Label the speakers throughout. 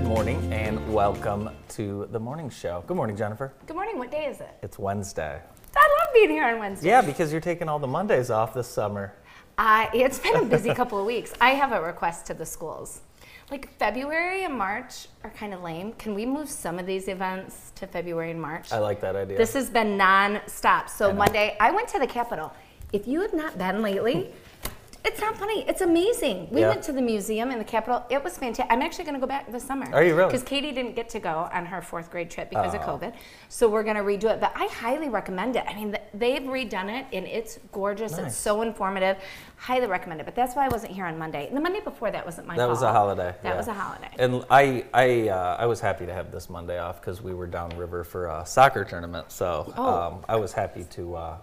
Speaker 1: morning and welcome to the morning show. Good morning, Jennifer.
Speaker 2: Good morning. What day is it?
Speaker 1: It's Wednesday.
Speaker 2: I love being here on Wednesday.
Speaker 1: Yeah, because you're taking all the Mondays off this summer.
Speaker 2: I, it's been a busy couple of weeks. I have a request to the schools. Like February and March are kind of lame. Can we move some of these events to February and March?
Speaker 1: I like that idea.
Speaker 2: This has been nonstop. So
Speaker 1: know.
Speaker 2: Monday, I went to the Capitol. If you have not been lately, it's not funny. It's amazing. We
Speaker 1: Yeah.
Speaker 2: went to the museum in the Capitol. It was fantastic. I'm actually going to go back this summer.
Speaker 1: Are you really? Oh.
Speaker 2: Because Katie didn't get to go on her fourth grade trip because of COVID. So we're going to redo it. But I highly recommend it. I mean, th- they've redone it and it's gorgeous.
Speaker 1: Nice.
Speaker 2: It's so informative. Highly recommend it. But that's why I wasn't here on Monday. The Monday before that wasn't my
Speaker 1: that was a
Speaker 2: fault.
Speaker 1: holiday.
Speaker 2: That
Speaker 1: yeah.
Speaker 2: was a holiday.
Speaker 1: And I, I, uh, I was happy to have this Monday off because we were downriver for a soccer tournament. So
Speaker 2: Oh.
Speaker 1: um, I was happy to uh,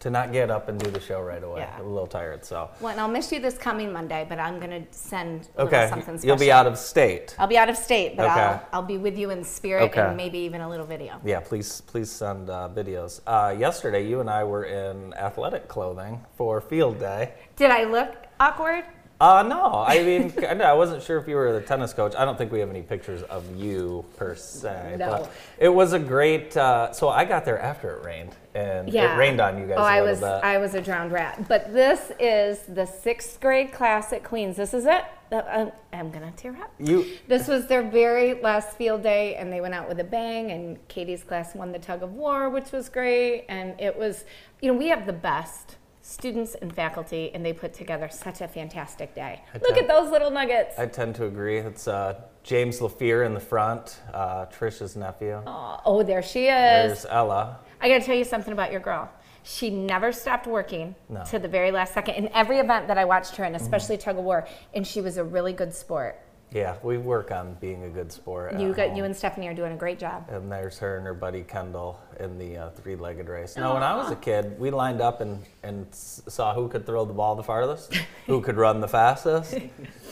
Speaker 1: to not get up and do the show right away.
Speaker 2: Yeah.
Speaker 1: I'm a little tired, so
Speaker 2: well, and I'll miss you this coming Monday, but I'm going to send a little
Speaker 1: okay.
Speaker 2: something special.
Speaker 1: You'll be out of state.
Speaker 2: I'll be out of state, but
Speaker 1: Okay.
Speaker 2: I'll, I'll be with you in spirit
Speaker 1: Okay.
Speaker 2: and maybe even a little video.
Speaker 1: Yeah, please, please send uh, videos. Uh, yesterday, you and I were in athletic clothing for field day.
Speaker 2: Did I look awkward?
Speaker 1: Uh, no, I mean, I know- I wasn't sure if you were the tennis coach. I don't think we have any pictures of you per se.
Speaker 2: No.
Speaker 1: But it was a great. Uh, so I got there after it rained, and it rained on you guys
Speaker 2: Oh,
Speaker 1: a
Speaker 2: I
Speaker 1: little
Speaker 2: was
Speaker 1: bit.
Speaker 2: I was a drowned rat. But this is the sixth grade class at Queens. This is it. Uh, uh, I'm gonna tear up.
Speaker 1: you
Speaker 2: This was their very last field day, and they went out with a bang. And Katie's class won the tug of war, which was great. And it was, you know, we have the best students and faculty, and they put together such a fantastic day. Look
Speaker 1: tell-
Speaker 2: at those little nuggets.
Speaker 1: I tend to agree. It's uh, James LaFear in the front, uh, Trisha's nephew.
Speaker 2: Aw, oh, there she is.
Speaker 1: There's Ella.
Speaker 2: I gotta tell you something about your girl. She never stopped working
Speaker 1: No. Mm-hmm.
Speaker 2: to the very last second in every event that I watched her in, especially tug of war. And she was a really good sport.
Speaker 1: Yeah, we work on being a good sport. at
Speaker 2: You got
Speaker 1: home.
Speaker 2: you and Stephanie are doing a great job.
Speaker 1: And there's her and her buddy Kendall in the uh, three-legged race. Now, when I was a kid, we lined up and, and s- saw who could throw the ball the farthest, who could run the fastest,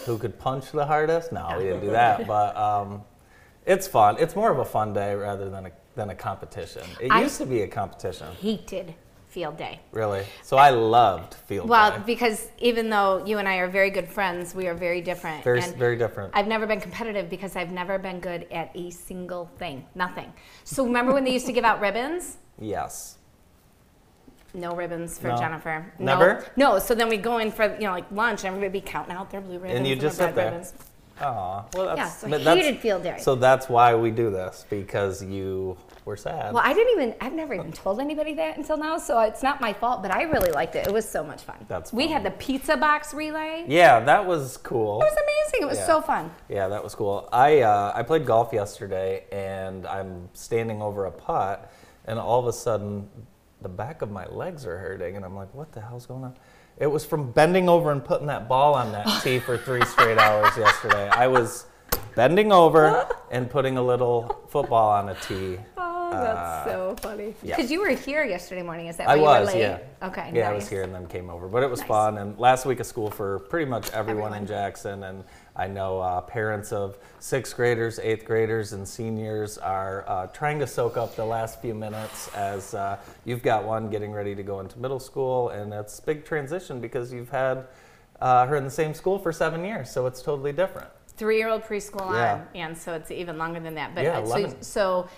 Speaker 1: who could punch the hardest. No, we didn't do that, but um, it's fun. It's more of a fun day rather than a than a competition. It
Speaker 2: I-
Speaker 1: used to be a competition,
Speaker 2: Hated field day.
Speaker 1: really. So I loved field
Speaker 2: Well,
Speaker 1: day.
Speaker 2: because even though you and I are very good friends, we are very different.
Speaker 1: Very s-
Speaker 2: and
Speaker 1: very different.
Speaker 2: I've never been competitive because I've never been good at a single thing. Nothing. So remember when they used to give out ribbons?
Speaker 1: yes.
Speaker 2: No ribbons for
Speaker 1: No.
Speaker 2: Jennifer.
Speaker 1: Never?
Speaker 2: No. No. So then we go in for you know like lunch and everybody be counting out their blue ribbons
Speaker 1: you
Speaker 2: their
Speaker 1: just sit
Speaker 2: red
Speaker 1: there.
Speaker 2: ribbons.
Speaker 1: Aw, well, that's,
Speaker 2: so
Speaker 1: but
Speaker 2: I
Speaker 1: that's-
Speaker 2: hated field day.
Speaker 1: So that's why we do this because you were sad.
Speaker 2: Well, I didn't even, I've never even told anybody that until now, so it's not my fault, but I really liked it. It was so much fun.
Speaker 1: That's
Speaker 2: We
Speaker 1: fun.
Speaker 2: had the pizza box relay.
Speaker 1: yeah, that was cool.
Speaker 2: It was amazing. It was
Speaker 1: Yeah.
Speaker 2: so fun.
Speaker 1: Yeah, that was cool. I uh, I played golf yesterday, and I'm standing over a putt, and all of a sudden, the back of my legs are hurting, and I'm like, "What the hell's going on?" It was from bending over and putting that ball on that tee for three straight hours yesterday. I was bending over and putting a little football on a tee.
Speaker 2: Oh, that's so funny.
Speaker 1: Uh, yeah.
Speaker 2: Because you were here yesterday morning, is that why
Speaker 1: I
Speaker 2: Oh, you
Speaker 1: was,
Speaker 2: were late?
Speaker 1: yeah.
Speaker 2: Okay.
Speaker 1: Yeah, I
Speaker 2: nice.
Speaker 1: was here and then came over, but it was
Speaker 2: Nice.
Speaker 1: fun. And last week of school for pretty much everyone, in
Speaker 2: Everyone.
Speaker 1: Jackson, and I know uh, parents of sixth graders, eighth graders, and seniors are uh, trying to soak up the last few minutes as uh, you've got one getting ready to go into middle school, and it's big transition because you've had uh, her in the same school for seven years, so it's totally different.
Speaker 2: Three year old preschool
Speaker 1: Yeah.
Speaker 2: on, and so it's even longer than that. But
Speaker 1: Yeah,
Speaker 2: uh, so,
Speaker 1: 11.
Speaker 2: so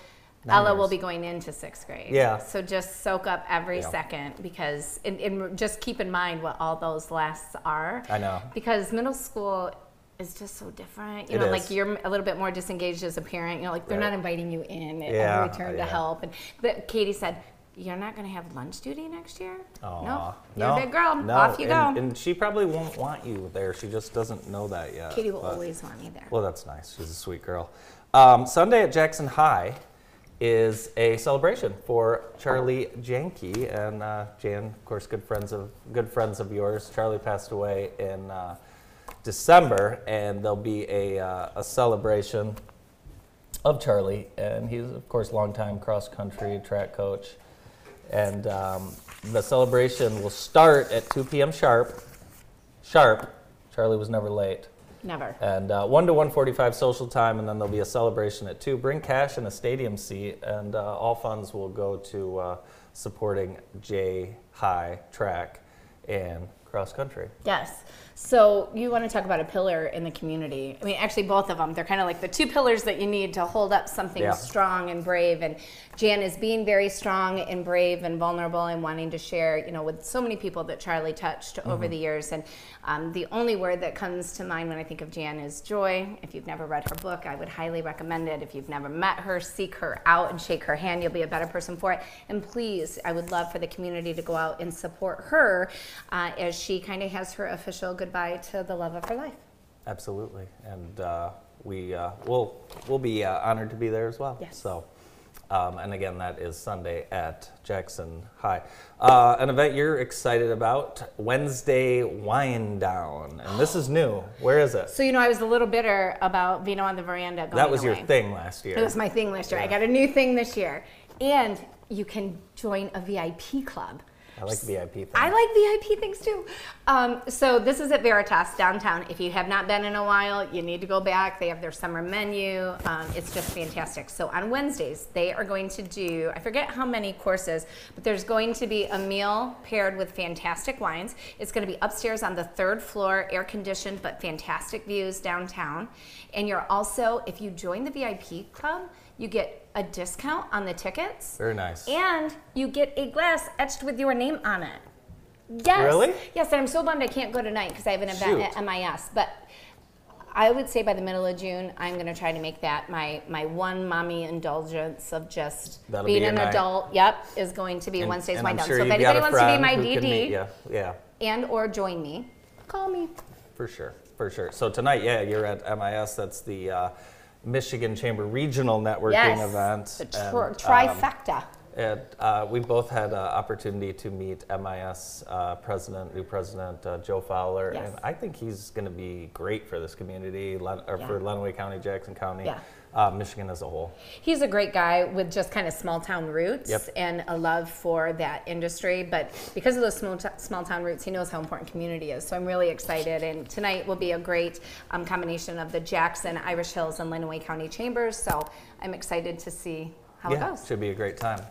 Speaker 1: Nine
Speaker 2: Ella will
Speaker 1: years.
Speaker 2: be going into sixth grade.
Speaker 1: Yeah.
Speaker 2: So just soak up every
Speaker 1: Yeah.
Speaker 2: second because, and, and just keep in mind what all those lasts are.
Speaker 1: I know.
Speaker 2: because middle school is just so different. You
Speaker 1: It
Speaker 2: know,
Speaker 1: is.
Speaker 2: like you're a little bit more disengaged as a parent. You know, like they're
Speaker 1: Right.
Speaker 2: not inviting you in at
Speaker 1: Yeah,
Speaker 2: every turn
Speaker 1: yeah.
Speaker 2: to help. And but Katie said, "You're not going to have lunch duty next year.
Speaker 1: Aw,
Speaker 2: no, you're a big girl.
Speaker 1: no,
Speaker 2: Off you
Speaker 1: and,
Speaker 2: go."
Speaker 1: And she probably won't want you there. She just doesn't know that yet.
Speaker 2: Katie will
Speaker 1: but-
Speaker 2: always want me there.
Speaker 1: Well, that's nice. She's a sweet girl. Um, Sunday at Jackson High is a celebration for Charlie Janke and uh, Jan, of course, good friends of good friends of yours. Charlie passed away in uh, December, and there'll be a, uh, a celebration of Charlie, and he's of course longtime cross country track coach. And um, the celebration will start at 2 p.m. sharp. Sharp. Charlie was never late.
Speaker 2: Never.
Speaker 1: And uh, 1 to 145 social time, and then there'll be a celebration at 2. Bring cash and a stadium seat, and uh, all funds will go to uh, supporting J High Track and cross country.
Speaker 2: Yes. So you want to talk about a pillar in the community. I mean, actually, both of them. They're kind of like the two pillars that you need to hold up something
Speaker 1: Yeah.
Speaker 2: strong and brave. And Jan is being very strong and brave and vulnerable and wanting to share, you know, with so many people that Charlie touched over
Speaker 1: Mm-hmm.
Speaker 2: the years. And um, the only word that comes to mind when I think of Jan is joy. If you've never read her book, I would highly recommend it. If you've never met her, seek her out and shake her hand. You'll be a better person for it. And please, I would love for the community to go out and support her uh, as she kind of has her official goodbye to the love of her life.
Speaker 1: Absolutely, and uh, we uh, will will be uh, honored to be there as well.
Speaker 2: Yes.
Speaker 1: So, um, and again, that is Sunday at Jackson High. Uh, an event you're excited about Wednesday Wine Down, and this is new. Where is it?
Speaker 2: So, you know, I was a little bitter about Vino on the Veranda going
Speaker 1: That was your
Speaker 2: away.
Speaker 1: thing last year.
Speaker 2: It was my thing last year. I
Speaker 1: Yeah.
Speaker 2: got a new thing this year. And you can join a VIP club.
Speaker 1: I like VIP thing.
Speaker 2: I like VIP things too. Um, so this is at Veritas downtown. If you have not been in a while, you need to go back. They have their summer menu. Um, it's just fantastic. So on Wednesdays, they are going to do I forget how many courses, but there's going to be a meal paired with fantastic wines. It's going to be upstairs on the third floor, air conditioned, but fantastic views downtown. And you're also, if you join the VIP club, you get a discount on the tickets.
Speaker 1: Very nice.
Speaker 2: And you get a glass etched with your name on it. Yes.
Speaker 1: Really?
Speaker 2: Yes, and I'm so bummed I can't go tonight because I have an event
Speaker 1: Shoot.
Speaker 2: at MIS. But I would say by the middle of June, I'm going to try to make that my my one mommy indulgence of just
Speaker 1: That'll
Speaker 2: being
Speaker 1: be your
Speaker 2: an
Speaker 1: night.
Speaker 2: adult. Yep, is going to be
Speaker 1: And-
Speaker 2: Wednesday's
Speaker 1: and
Speaker 2: my
Speaker 1: I'm
Speaker 2: done.
Speaker 1: sure
Speaker 2: so if
Speaker 1: you've got
Speaker 2: anybody
Speaker 1: a
Speaker 2: wants to be
Speaker 1: friend who
Speaker 2: my
Speaker 1: can meet
Speaker 2: DD
Speaker 1: you. yeah,
Speaker 2: and or join me, call me.
Speaker 1: for sure, for sure. So tonight, yeah, you're at MIS. That's the uh, Michigan Chamber Regional Networking
Speaker 2: yes,
Speaker 1: event.
Speaker 2: the
Speaker 1: and,
Speaker 2: tri-
Speaker 1: um,
Speaker 2: trifecta.
Speaker 1: And uh, we both had an opportunity to meet MIS uh, president, new president uh, Joe Fowler,
Speaker 2: Yes.
Speaker 1: and I think he's going to be great for this community, Len- or
Speaker 2: Yeah.
Speaker 1: for Lenawee County, Jackson County,
Speaker 2: Yeah.
Speaker 1: uh, Michigan as a whole.
Speaker 2: He's a great guy with just kind of small town roots
Speaker 1: Yep.
Speaker 2: and a love for that industry. But because of those small, t- small town roots, he knows how important community is. So I'm really excited. And tonight will be a great um, combination of the Jackson, Irish Hills, and Lenawee County Chambers. So I'm excited to see how
Speaker 1: yeah,
Speaker 2: it goes.
Speaker 1: should be a great time.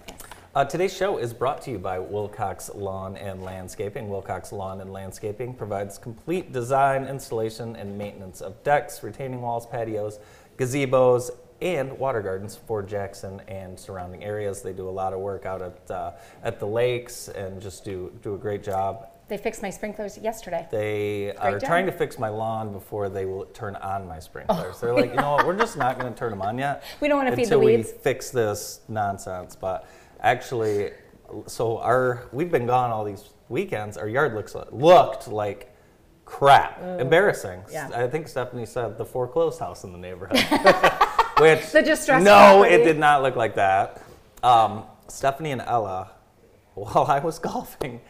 Speaker 1: Uh, today's show is brought to you by Wilcox Lawn and Landscaping. Wilcox Lawn and Landscaping provides complete design, installation, and maintenance of decks, retaining walls, patios, gazebos, and water gardens for Jackson and surrounding areas. They do a lot of work out at uh, at the lakes and just do do a great job.
Speaker 2: They fixed my sprinklers yesterday.
Speaker 1: They
Speaker 2: Great
Speaker 1: are
Speaker 2: job.
Speaker 1: trying to fix my lawn before they will turn on my sprinklers. They're like, you know what, we're just not going to turn them on yet.
Speaker 2: We don't wanna feed the
Speaker 1: until we
Speaker 2: weeds."
Speaker 1: fix this nonsense. But actually, so our we've been gone all these weekends. Our yard looks looked like crap, embarrassing.
Speaker 2: yeah.
Speaker 1: I think Stephanie said the foreclosed house in the neighborhood. Which
Speaker 2: The distressed
Speaker 1: No,
Speaker 2: property.
Speaker 1: it did not look like that. Um, Stephanie and Ella, while I was golfing,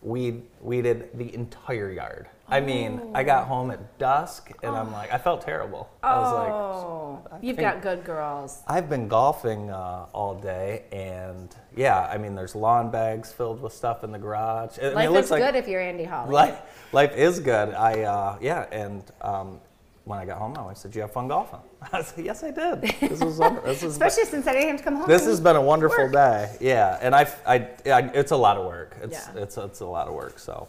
Speaker 1: weed weeded the entire yard. I mean, I got
Speaker 2: Oh.
Speaker 1: home at dusk and I'm like, I felt terrible. I was like,
Speaker 2: oh, you've
Speaker 1: think-
Speaker 2: got good girls.
Speaker 1: I've been golfing uh, all day and yeah, I mean, there's lawn bags filled with stuff in the garage. I mean,
Speaker 2: Life
Speaker 1: it looks
Speaker 2: is
Speaker 1: like
Speaker 2: good if you're Andy Hall.
Speaker 1: life, life is good. I uh, yeah, and um, when I got home, my wife said, "Did you have fun golfing?" I said, "Yes, I did. This was wonder- this was
Speaker 2: Especially since I didn't have to come home.
Speaker 1: this has been a wonderful
Speaker 2: Work.
Speaker 1: day. Yeah, and I, I, I it's a lot of work. It's
Speaker 2: Yeah.
Speaker 1: it's it's a lot of work. So,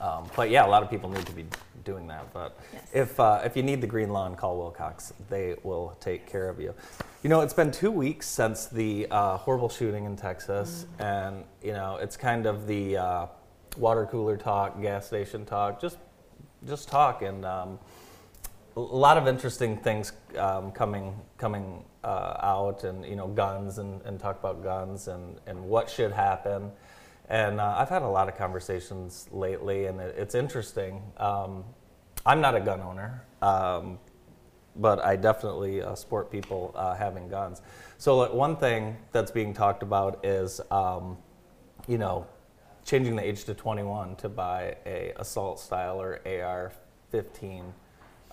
Speaker 1: um, but yeah, a lot of people need to be doing that. But
Speaker 2: Yes.
Speaker 1: if uh, if you need the green lawn, call Wilcox. They will take care of you. You know, it's been two weeks since the uh, horrible shooting in Texas,
Speaker 2: Mm.
Speaker 1: and you know, it's kind of the uh, water cooler talk, gas station talk, just just talk and. Um, a lot of interesting things um, coming coming uh, out, and you know, guns and, and talk about guns and, and what should happen. And uh, I've had a lot of conversations lately, and it, it's interesting. Um, I'm not a gun owner, um, but I definitely uh, support people uh, having guns. So like, one thing that's being talked about is, um, you know, changing the age to 21 to buy a assault style or AR-15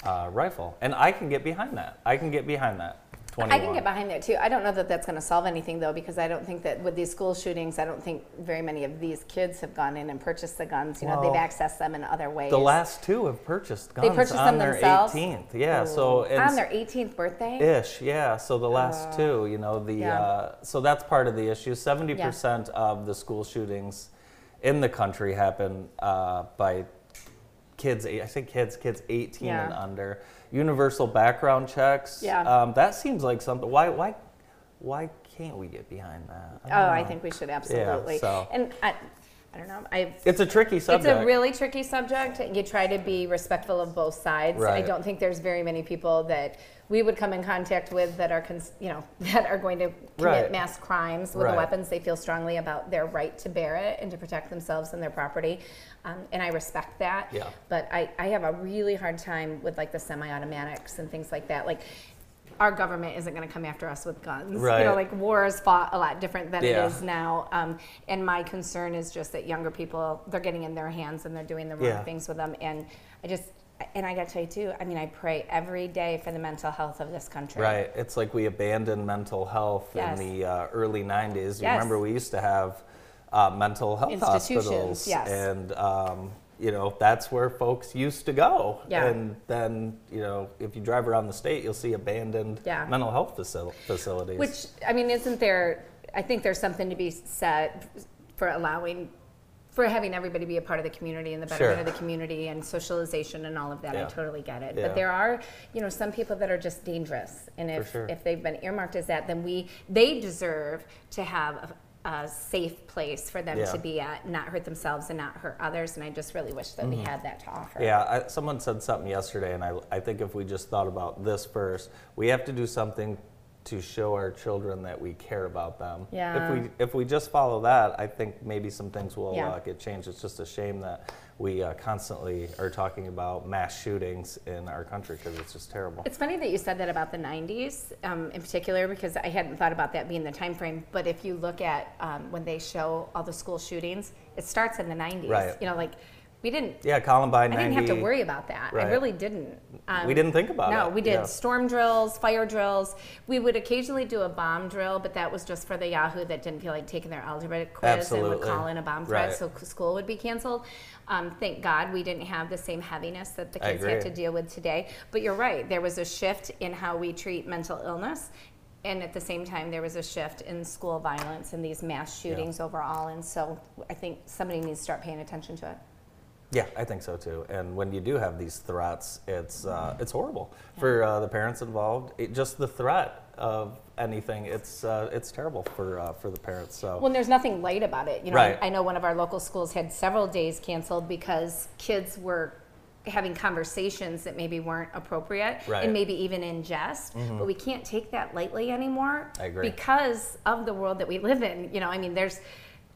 Speaker 1: uh, rifle, and I can get behind that. I can get behind that. 21.
Speaker 2: I can get behind that too. I don't know that that's going to solve anything though, because I don't think that with these school shootings, I don't think very many of these kids have gone in and purchased the guns. You know,
Speaker 1: Well,
Speaker 2: they've accessed them in other ways.
Speaker 1: The last two have purchased guns
Speaker 2: They purchased
Speaker 1: on
Speaker 2: them
Speaker 1: their
Speaker 2: themselves?
Speaker 1: 18th. Yeah, so and
Speaker 2: on
Speaker 1: s-
Speaker 2: their 18th birthday.
Speaker 1: ish yeah so the last two you know the
Speaker 2: Uh, yeah.
Speaker 1: uh, so that's part of the issue 70% of the school shootings in the country happen uh, by kids. I think kids, kids 18 and
Speaker 2: Yeah.
Speaker 1: under. Universal background checks.
Speaker 2: Yeah.
Speaker 1: Um, that seems like something. Why, why, why can't we get behind that?
Speaker 2: Oh, I think we should absolutely.
Speaker 1: so-
Speaker 2: And I, I don't know. I
Speaker 1: it's a tricky subject.
Speaker 2: It's a really tricky subject. You try to be respectful of both sides. I
Speaker 1: Right.
Speaker 2: don't think there's very many people that we would come in contact with that are, cons- you know, that are going to commit
Speaker 1: Right.
Speaker 2: mass crimes with the
Speaker 1: Right.
Speaker 2: weapons. They feel strongly about their right to bear it and to protect themselves and their property, um, and I respect that.
Speaker 1: Yeah.
Speaker 2: But I, I have a really hard time with like the semi-automatics and things like that. Like. Our government isn't going to come after us with guns. You know,
Speaker 1: Right.
Speaker 2: like war is fought a lot different than
Speaker 1: Yeah.
Speaker 2: it is now. Um, and my concern is just that younger people, they're getting in their hands and they're doing the wrong
Speaker 1: Yeah.
Speaker 2: things with them. And I just, and I got to tell you too, I mean, I pray every day for the mental health of this country.
Speaker 1: Right. It's like we abandoned mental health
Speaker 2: Yes.
Speaker 1: in the uh, early 90s. You
Speaker 2: Yes.
Speaker 1: remember we used to have uh, mental health
Speaker 2: Institutions,
Speaker 1: hospitals.
Speaker 2: yes.
Speaker 1: And, um, you know, that's where folks used to go.
Speaker 2: Yeah.
Speaker 1: And then, you know, if you drive around the state, you'll see abandoned
Speaker 2: Yeah.
Speaker 1: mental health facil- facilities.
Speaker 2: Which, I mean, isn't there, I think there's something to be said for allowing, for having everybody be a part of the community and the betterment
Speaker 1: Sure.
Speaker 2: of the community and socialization and all of that. I
Speaker 1: Yeah.
Speaker 2: totally get it.
Speaker 1: Yeah.
Speaker 2: But there are, you know, some people that are just dangerous. And if,
Speaker 1: sure.
Speaker 2: if they've been earmarked as that, then we, they deserve to have a, a safe place for them
Speaker 1: Yeah.
Speaker 2: to be at, not hurt themselves and not hurt others. And I just really wish that we
Speaker 1: Mm-hmm.
Speaker 2: had that to offer.
Speaker 1: Yeah, I, someone said something yesterday, and I, I think if we just thought about this first, we have to do something to show our children that we care about them.
Speaker 2: Yeah.
Speaker 1: If we if we just follow that, I think maybe some things will
Speaker 2: Yeah.
Speaker 1: uh, get changed. It's just a shame that we uh, constantly are talking about mass shootings in our country because it's just terrible.
Speaker 2: It's funny that you said that about the 90s um, in particular because I hadn't thought about that being the time frame. But if you look at um, when they show all the school shootings, it starts in the 90s.
Speaker 1: Right.
Speaker 2: You know, like we didn't.
Speaker 1: yeah, Columbine.
Speaker 2: I didn't have to
Speaker 1: 90
Speaker 2: worry about that. I
Speaker 1: Right.
Speaker 2: really didn't. Um,
Speaker 1: We didn't think about
Speaker 2: no,
Speaker 1: it.
Speaker 2: we did
Speaker 1: Yeah.
Speaker 2: storm drills, fire drills. We would occasionally do a bomb drill, but that was just for the Yahoo that didn't feel like taking their algebra quiz and would
Speaker 1: Absolutely.
Speaker 2: call in a bomb threat,
Speaker 1: Right.
Speaker 2: so c- school would be canceled. Um, thank God we didn't have the same heaviness that the
Speaker 1: I
Speaker 2: kids have
Speaker 1: agree.
Speaker 2: to deal with today. But you're right, there was a shift in how we treat mental illness. And at the same time, there was a shift in school violence and these mass shootings overall. And so I think somebody needs to start paying attention to it.
Speaker 1: Yeah, I think so too. And when you do have these threats, it's
Speaker 2: Mm-hmm.
Speaker 1: uh, it's horrible for uh, the parents involved. It, just the threat of anything, it's uh, it's terrible for uh, for the parents. So
Speaker 2: Well, and there's nothing light about it. You know,
Speaker 1: Right.
Speaker 2: I know one of our local schools had several days canceled because kids were having conversations that maybe weren't appropriate
Speaker 1: Right. Mm-hmm.
Speaker 2: and maybe even in jest. But we can't take that lightly anymore.
Speaker 1: I agree.
Speaker 2: Because of the world that we live in. You know, I mean, there's,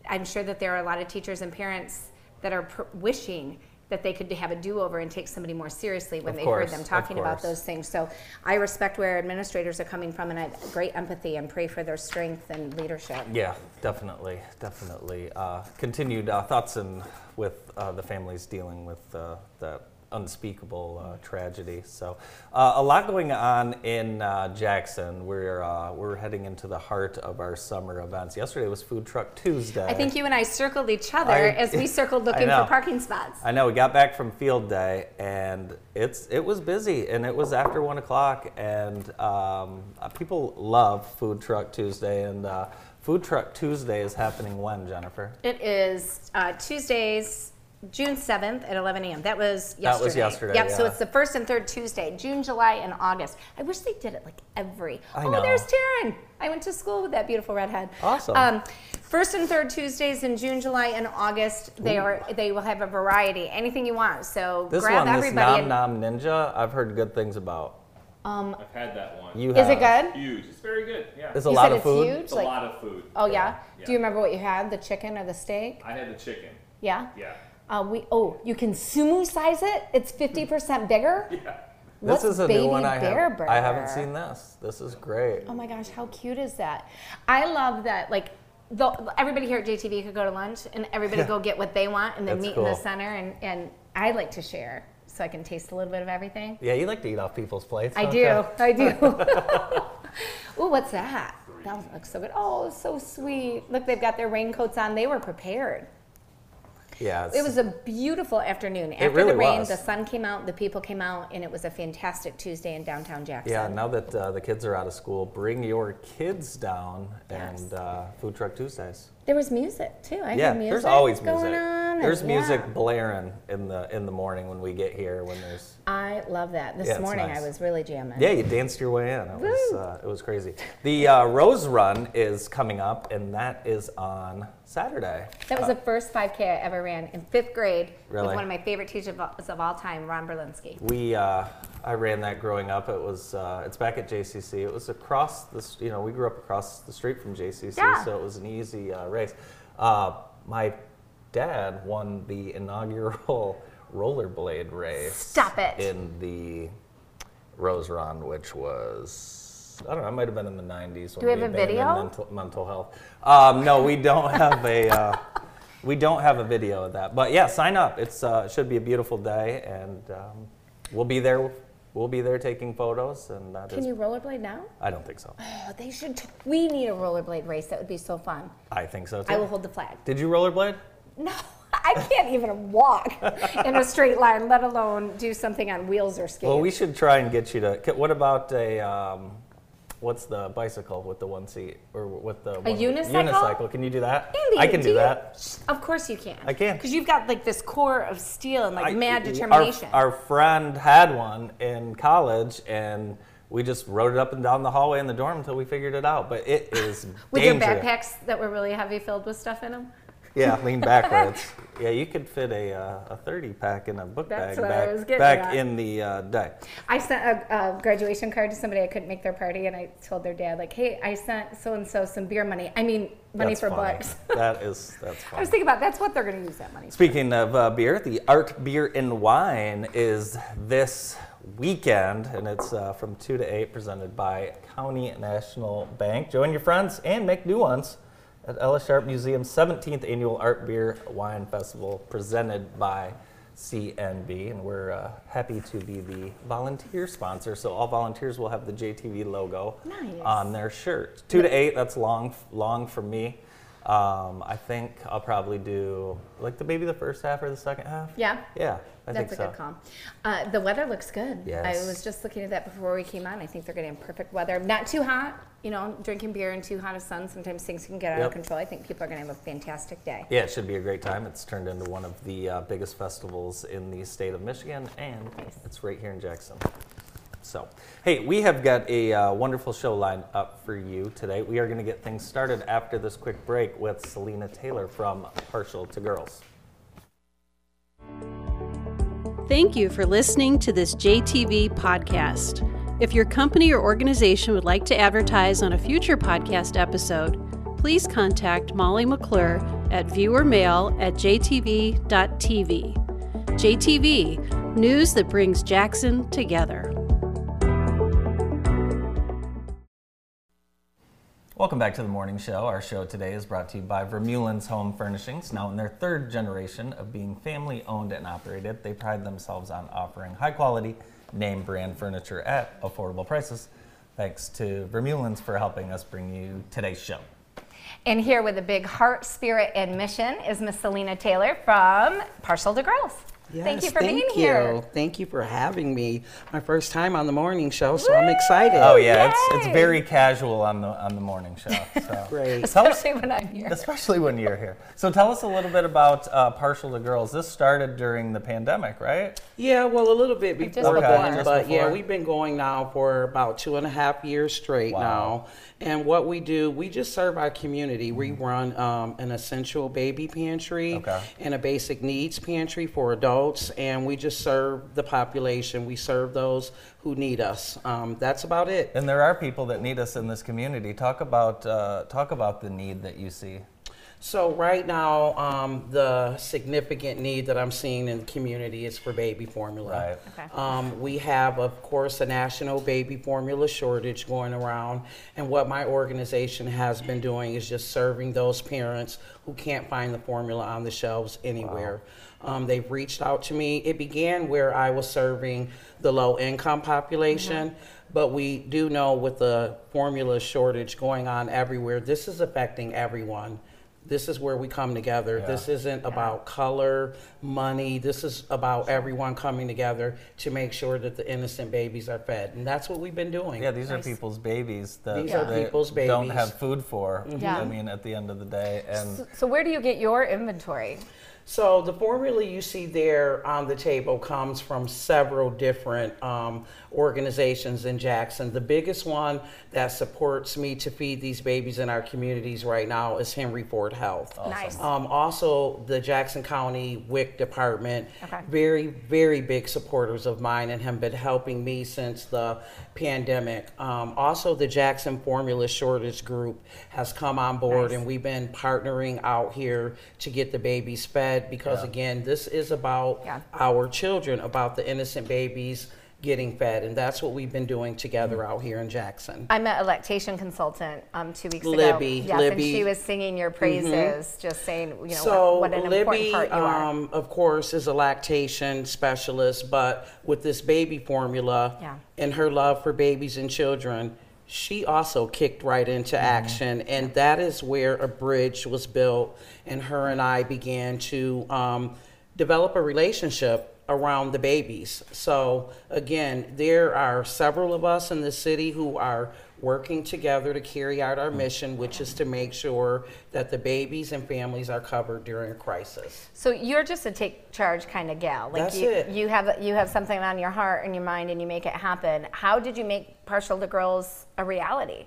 Speaker 2: I'm sure that there are a lot of teachers and parents that are pr- wishing that they could have a do-over and take somebody more seriously when
Speaker 1: Of
Speaker 2: they
Speaker 1: course,
Speaker 2: heard them
Speaker 1: of
Speaker 2: talking about
Speaker 1: course.
Speaker 2: those things. So I respect where administrators are coming from and I have great empathy and pray for their strength and leadership.
Speaker 1: yeah, definitely, definitely. Uh, continued uh, thoughts and with uh, the families dealing with uh, that unspeakable
Speaker 2: Mm-hmm.
Speaker 1: uh, tragedy. So uh, a lot going on in uh, Jackson. We're uh, we're heading into the heart of our summer events. Yesterday was Food Truck Tuesday.
Speaker 2: I think you and I circled each other
Speaker 1: I-
Speaker 2: as we circled looking
Speaker 1: I
Speaker 2: for
Speaker 1: know.
Speaker 2: parking spots.
Speaker 1: I know we got back from field day and it's it was busy and it was after one o'clock and um, uh, people love Food Truck Tuesday and uh, Food Truck Tuesday is happening when Jennifer?
Speaker 2: It is uh, Tuesdays, June 7th at 11 a.m. That was yesterday.
Speaker 1: That was yesterday,
Speaker 2: Yep, so
Speaker 1: yeah.
Speaker 2: it's the first and third Tuesday, June, July, and August. I wish they did it like every.
Speaker 1: I
Speaker 2: oh,
Speaker 1: know.
Speaker 2: there's Taryn. I went to school with that beautiful redhead.
Speaker 1: Awesome.
Speaker 2: Um, First and third Tuesdays in June, July, and August, they are they will have a variety, anything you want. So
Speaker 1: This
Speaker 2: grab
Speaker 1: one, this
Speaker 2: everybody.
Speaker 1: Nom Nom Ninja, I've heard good things about.
Speaker 2: um,
Speaker 3: I've had that one.
Speaker 1: You
Speaker 2: is it
Speaker 1: have-
Speaker 2: good?
Speaker 3: Huge. It's very good. Yeah.
Speaker 1: It's a
Speaker 2: you
Speaker 1: lot
Speaker 2: said
Speaker 1: of
Speaker 2: it's
Speaker 1: food.
Speaker 2: huge.
Speaker 3: It's a
Speaker 2: like,
Speaker 3: lot of food.
Speaker 2: oh yeah?
Speaker 3: Yeah.
Speaker 2: Do you remember what you had? The chicken or the steak?
Speaker 3: I had the chicken.
Speaker 2: Yeah.
Speaker 3: Yeah.
Speaker 2: Uh, we oh, you can sumu size it. It's fifty percent bigger.
Speaker 3: Yeah.
Speaker 2: What's
Speaker 1: this is a
Speaker 2: baby
Speaker 1: new one I
Speaker 2: bear
Speaker 1: have.
Speaker 2: burger?
Speaker 1: I haven't seen this. This is great.
Speaker 2: Oh my gosh, how cute is that? I love that. Like, the, everybody here at JTV could go to lunch and everybody
Speaker 1: Yeah.
Speaker 2: go get what they want and then
Speaker 1: That's
Speaker 2: meet in the
Speaker 1: cool.
Speaker 2: center. And and I like to share so I can taste a little bit of everything.
Speaker 1: Yeah, you like to eat off people's plates.
Speaker 2: I
Speaker 1: don't
Speaker 2: do.
Speaker 1: ya?
Speaker 2: I do. Ooh, what's that? That looks so good. Oh, so sweet. Look, they've got their raincoats on. They were prepared.
Speaker 1: Yeah, it's-
Speaker 2: It was a beautiful afternoon. After
Speaker 1: really
Speaker 2: the rain,
Speaker 1: was.
Speaker 2: the sun came out, the people came out, and it was a fantastic Tuesday in downtown Jackson.
Speaker 1: Yeah, now that uh, the kids are out of school, bring your kids down
Speaker 2: Yes.
Speaker 1: and uh, Food Truck Tuesdays.
Speaker 2: There was music too. I
Speaker 1: yeah,
Speaker 2: heard music
Speaker 1: there's always
Speaker 2: going
Speaker 1: music.
Speaker 2: on. and
Speaker 1: there's music
Speaker 2: yeah.
Speaker 1: blaring in the in the morning when we get here. When there's
Speaker 2: I love that. This
Speaker 1: Yeah, it's
Speaker 2: morning
Speaker 1: nice.
Speaker 2: I was really jamming.
Speaker 1: yeah, you danced your way in. It was uh, it was crazy. The uh, Rose Run is coming up, and that is on Saturday.
Speaker 2: That was the first 5K I ever ran in fifth grade
Speaker 1: Really?
Speaker 2: with one of my favorite teachers of all, of all time, Ron Berlinski.
Speaker 1: We uh, I ran that growing up. It was uh, it's back at JCC. It was across the s- you know we grew up across the street from JCC,
Speaker 2: Yeah.
Speaker 1: so it was an easy uh, race. Uh, my dad won the inaugural rollerblade race.
Speaker 2: Stop it.
Speaker 1: In the Rose Run, which was. I don't know. I might have been in the '90s. When
Speaker 2: Do we have a
Speaker 1: abandoned
Speaker 2: video?
Speaker 1: Mental, mental health. Um, no, we don't have a. Uh, we don't have a video of that. But yeah, sign up. It's uh, it should be a beautiful day, and um, we'll be there. We'll be there taking photos, and that
Speaker 2: Can
Speaker 1: is-
Speaker 2: you rollerblade now?
Speaker 1: I don't think so.
Speaker 2: Oh, they should. T- we need a rollerblade race. That would be so fun.
Speaker 1: I think so too.
Speaker 2: I will hold the flag.
Speaker 1: Did you rollerblade?
Speaker 2: No, I can't even walk in a straight line, let alone do something on wheels or skates.
Speaker 1: Well, we should try and get you to. c- What about a? Um, what's the bicycle with the one seat or with the one
Speaker 2: unicycle?
Speaker 1: Unicycle. Can you do that?
Speaker 2: Andy,
Speaker 1: I can do
Speaker 2: you-
Speaker 1: that.
Speaker 2: Of course you can.
Speaker 1: I can.
Speaker 2: Because you've got like this core of steel and like
Speaker 1: I-
Speaker 2: mad
Speaker 1: our-
Speaker 2: determination.
Speaker 1: Our, friend had one in college, and we just rode it up and down the hallway in the dorm until we figured it out. But it is
Speaker 2: With your
Speaker 1: dangerous.
Speaker 2: backpacks that were really heavy, filled with stuff in them.
Speaker 1: Yeah, lean backwards. yeah, you could fit a, uh, a thirty pack in a book
Speaker 2: That's
Speaker 1: bag
Speaker 2: what I
Speaker 1: back,
Speaker 2: was getting
Speaker 1: back
Speaker 2: at.
Speaker 1: in the uh, day.
Speaker 2: I sent a, a graduation card to somebody I couldn't make their party, and I told their dad, like, hey, I sent so and so some beer money. I mean, money
Speaker 1: That's
Speaker 2: for
Speaker 1: funny.
Speaker 2: books.
Speaker 1: That is that's
Speaker 2: I
Speaker 1: funny.
Speaker 2: was thinking about that's what they're going to use that money for.
Speaker 1: Speaking of uh, beer, the Art Beer and Wine is this weekend, and it's uh, from 2 to 8, presented by County National Bank. Join your friends and make new ones at Ella Sharp Museum's 17th Annual Art Beer Wine Festival, presented by CNB. And we're uh, happy to be the volunteer sponsor, so all volunteers will have the JTV logo
Speaker 2: Nice.
Speaker 1: on their shirt. 2 to 8, that's long, long for me. Um, I think I'll probably do like the maybe the first half or the second half.
Speaker 2: Yeah.
Speaker 1: Yeah, I
Speaker 2: That's a
Speaker 1: think so.
Speaker 2: good call. Uh, the weather looks good.
Speaker 1: Yes.
Speaker 2: I was just looking at that before we came on. I think they're getting perfect weather. Not too hot, you know, drinking beer in too hot a sun. Sometimes things can get out
Speaker 1: Yep.
Speaker 2: of control. I think people are going to have a fantastic day.
Speaker 1: Yeah, it should be a great time. It's turned into one of the uh, biggest festivals in the state of Michigan, and it's right here in Jackson. So, hey, we have got a uh, wonderful show lined up for you today. We are going to get things started after this quick break with Selena Taylor from Partial to Girls.
Speaker 4: Thank you for listening to this JTV podcast. If your company or organization would like to advertise on a future podcast episode, please contact Molly McClure at viewermail at jtv.tv. JTV, news that brings Jackson together.
Speaker 1: Welcome back to the morning show. Our show today is brought to you by Vermeulen's Home Furnishings. Now, in their third generation of being family owned and operated, they pride themselves on offering high quality, name brand furniture at affordable prices. Thanks to Vermeulen's for helping us bring you today's show.
Speaker 2: And here with a big heart, spirit, and mission is Miss Selena Taylor from Partial to Girls. thank you for being
Speaker 5: thank
Speaker 2: here.
Speaker 5: you. Thank you for having me. My first time on the morning show, so I'm excited.
Speaker 1: Oh, yeah, it's,
Speaker 2: Yay!
Speaker 1: it's very casual on the, on the morning show. So.
Speaker 5: Great.
Speaker 1: Tell us-
Speaker 2: Especially when I'm here.
Speaker 1: Especially when you're here. So, tell us a little bit about uh, Partial to Girls. This started during the pandemic, right?
Speaker 5: Yeah, well, a little bit
Speaker 2: Just
Speaker 5: before
Speaker 2: Okay,
Speaker 5: that,
Speaker 1: just
Speaker 5: but yeah,
Speaker 1: before.
Speaker 5: we've been going now for about two and a half years straight
Speaker 1: Wow. Mm-hmm.
Speaker 5: now. And what we do, we just serve our community. We run um, an essential baby pantry
Speaker 1: Okay.
Speaker 5: and a basic needs pantry for adults, and we just serve the population. We serve those who need us. Um, that's about it.
Speaker 1: And there are people that need us in this community. Talk about uh, talk about the need that you see.
Speaker 5: So right now, um, the significant need that I'm seeing in the community is for baby formula.
Speaker 1: Right.
Speaker 2: Okay.
Speaker 5: Um, we have, of course, a national baby formula shortage going around, and what my organization has been doing is just serving those parents who can't find the formula on the shelves anywhere. Um, they've reached out to me. It began where I was serving the low-income population. But we do know with the formula shortage going on everywhere, this is affecting everyone this is where we come together. This isn't about color, money. This is about everyone coming together to make sure that the innocent babies are fed. And that's what we've been doing.
Speaker 1: Yeah, these are people's babies that
Speaker 5: These are
Speaker 1: they
Speaker 5: people's
Speaker 1: don't
Speaker 5: babies. Mm-hmm.
Speaker 1: have food for.
Speaker 2: Yeah.
Speaker 1: I mean, at the end of the day, and
Speaker 2: So where do you get your inventory?
Speaker 5: So the formula you see there on the table comes from several different um, organizations in Jackson. The biggest one that supports me to feed these babies in our communities right now is Henry Ford Health.
Speaker 2: Nice.
Speaker 5: Um, also, the Jackson County WIC department,
Speaker 2: Okay.
Speaker 5: very, very big supporters of mine and have been helping me since the pandemic. Um, also, the Jackson Formula Shortage Group has come on board
Speaker 2: Nice.
Speaker 5: and we've been partnering out here to get the babies fed because, again, this is about
Speaker 2: Yeah.
Speaker 5: our children, about the innocent babies getting fed. And that's what we've been doing together out here in Jackson.
Speaker 2: Hmm. I met a lactation consultant um, two weeks ago.
Speaker 5: Libby,
Speaker 2: Yes, and
Speaker 5: Libby.
Speaker 2: she was singing your praises, just saying, you know,
Speaker 5: so
Speaker 2: what, what an
Speaker 5: Libby,
Speaker 2: important part you are.
Speaker 5: um, of course, is a lactation specialist, but with this baby formula
Speaker 2: Yeah.
Speaker 5: and her love for babies and children, she also kicked right into action, and that is where a bridge was built, and her and I began to um, develop a relationship around the babies. So again, there are several of us in the city who are working together to carry out our mission, which is to make sure that the babies and families are covered during a crisis.
Speaker 2: So you're just a take charge kind of gal. Like
Speaker 5: That's
Speaker 2: you,
Speaker 5: it.
Speaker 2: you have you have something on your heart and your mind, and you make it happen. How did you make partial to girls a reality?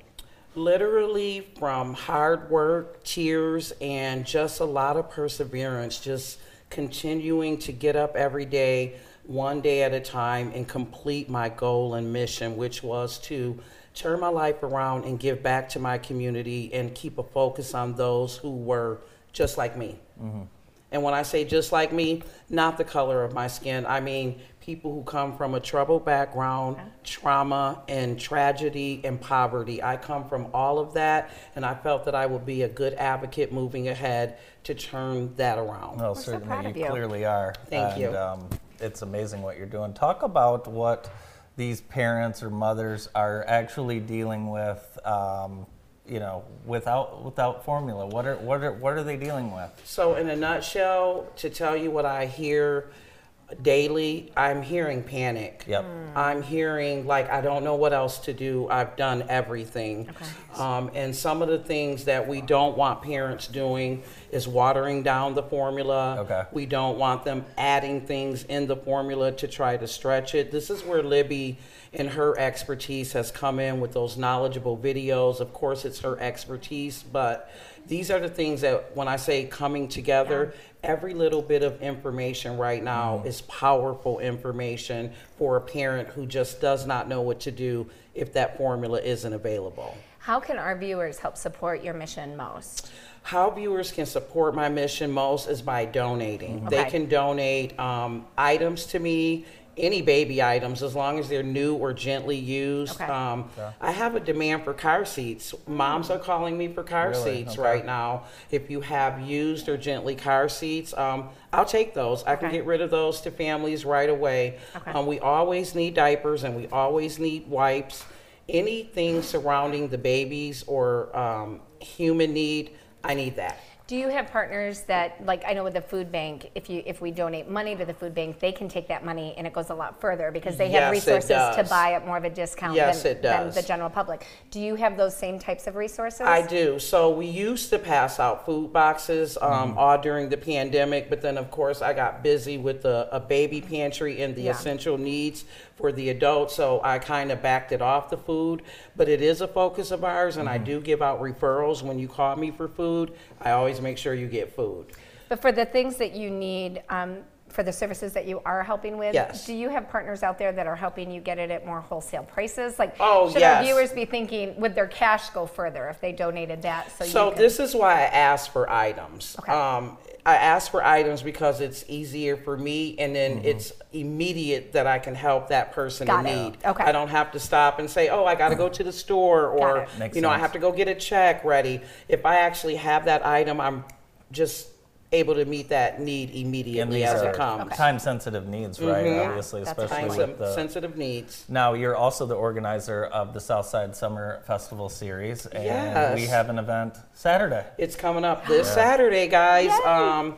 Speaker 5: literally from hard work, tears, and just a lot of perseverance, just continuing to get up every day, one day at a time, and complete my goal and mission, which was to turn my life around and give back to my community and keep a focus on those who were just like me. And when I say just like me, not the color of my skin, I mean people who come from a troubled background, trauma, and tragedy and poverty. I come from all of that, and I felt that I would be a good advocate moving ahead to turn that around.
Speaker 1: well,
Speaker 2: so
Speaker 1: certainly
Speaker 2: proud of you.
Speaker 1: clearly are.
Speaker 5: Thank
Speaker 1: and,
Speaker 5: you.
Speaker 1: Um, it's amazing what you're doing. Talk about what these parents or mothers are actually dealing with. Um, you know, without without formula, what are what are what are they dealing with?
Speaker 5: So, in a nutshell, to tell you what I hear daily, I'm hearing panic.
Speaker 1: Yep.
Speaker 5: I'm hearing like I don't know what else to do. I've done everything. Um, and some of the things that we don't want parents doing is watering down the formula.
Speaker 1: Okay.
Speaker 5: We don't want them adding things in the formula to try to stretch it. This is where Libby and her expertise has come in with those knowledgeable videos. Of course, it's her expertise, but these are the things that when I say coming together, every little bit of information right now is powerful information for a parent who just does not know what to do if that formula isn't available.
Speaker 2: How can our viewers help support your mission most?
Speaker 5: How viewers can support my mission most is by donating. They
Speaker 2: Okay.
Speaker 5: can donate um, items to me, any baby items, as long as they're new or gently used.
Speaker 2: Okay.
Speaker 5: Um, I have a demand for car seats. Moms are calling me for car
Speaker 1: Really?
Speaker 5: seats
Speaker 1: Okay.
Speaker 5: right now. If you have used or gently car seats, um, I'll take those. I can
Speaker 2: Okay.
Speaker 5: get rid of those to families right away.
Speaker 2: Okay.
Speaker 5: Um, we always need diapers and we always need wipes. Anything surrounding the babies or um, human need, I need that.
Speaker 2: Do you have partners that, like I know with the food bank, if you if we donate money to the food bank, they can take that money and it goes a lot further because they have
Speaker 5: Yes, it
Speaker 2: resources to
Speaker 5: does.
Speaker 2: buy at more of a discount
Speaker 5: Yes,
Speaker 2: than,
Speaker 5: it
Speaker 2: than
Speaker 5: does.
Speaker 2: the general public. Do you have those same types of resources?
Speaker 5: I do. So we used to pass out food boxes um, all during the pandemic, but then of course I got busy with the a baby pantry and the
Speaker 2: Yeah.
Speaker 5: essential needs for the adults, so I kind of backed it off the food. But it is a focus of ours, and I do give out referrals when you call me for food. I always make sure you get food.
Speaker 2: But for the things that you need, um, for the services that you are helping with,
Speaker 5: Yes.
Speaker 2: do you have partners out there that are helping you get it at more wholesale prices? Like,
Speaker 5: Oh,
Speaker 2: should our
Speaker 5: yes.
Speaker 2: viewers be thinking, would their cash go further if they donated that? So,
Speaker 5: So
Speaker 2: you could-
Speaker 5: this is why I ask for items.
Speaker 2: Okay.
Speaker 5: Um, I ask for items because it's easier for me, and then
Speaker 1: Mm-hmm.
Speaker 5: it's immediate that I can help that person
Speaker 2: Got it.
Speaker 5: in need.
Speaker 2: Okay.
Speaker 5: I don't have to stop and say, "Oh, I got to go to the store,"
Speaker 2: Got
Speaker 5: or
Speaker 2: it.
Speaker 5: you
Speaker 1: Makes
Speaker 5: know, I
Speaker 1: sense.
Speaker 5: have to go get a check ready. If I actually have that item, I'm just able to meet that need
Speaker 1: And
Speaker 5: immediately
Speaker 1: these
Speaker 5: as it
Speaker 1: are
Speaker 5: comes.
Speaker 1: time sensitive needs, right? Obviously,
Speaker 2: That's
Speaker 1: especially
Speaker 2: fine.
Speaker 5: Time
Speaker 1: with
Speaker 5: sen-
Speaker 1: the.
Speaker 5: Mm-hmm. sensitive needs.
Speaker 1: Now you're also the organizer of the Southside Summer Festival series, and we
Speaker 5: Yes.
Speaker 1: have an event Saturday.
Speaker 5: It's coming up this Saturday, guys.
Speaker 2: Yay.
Speaker 5: Um,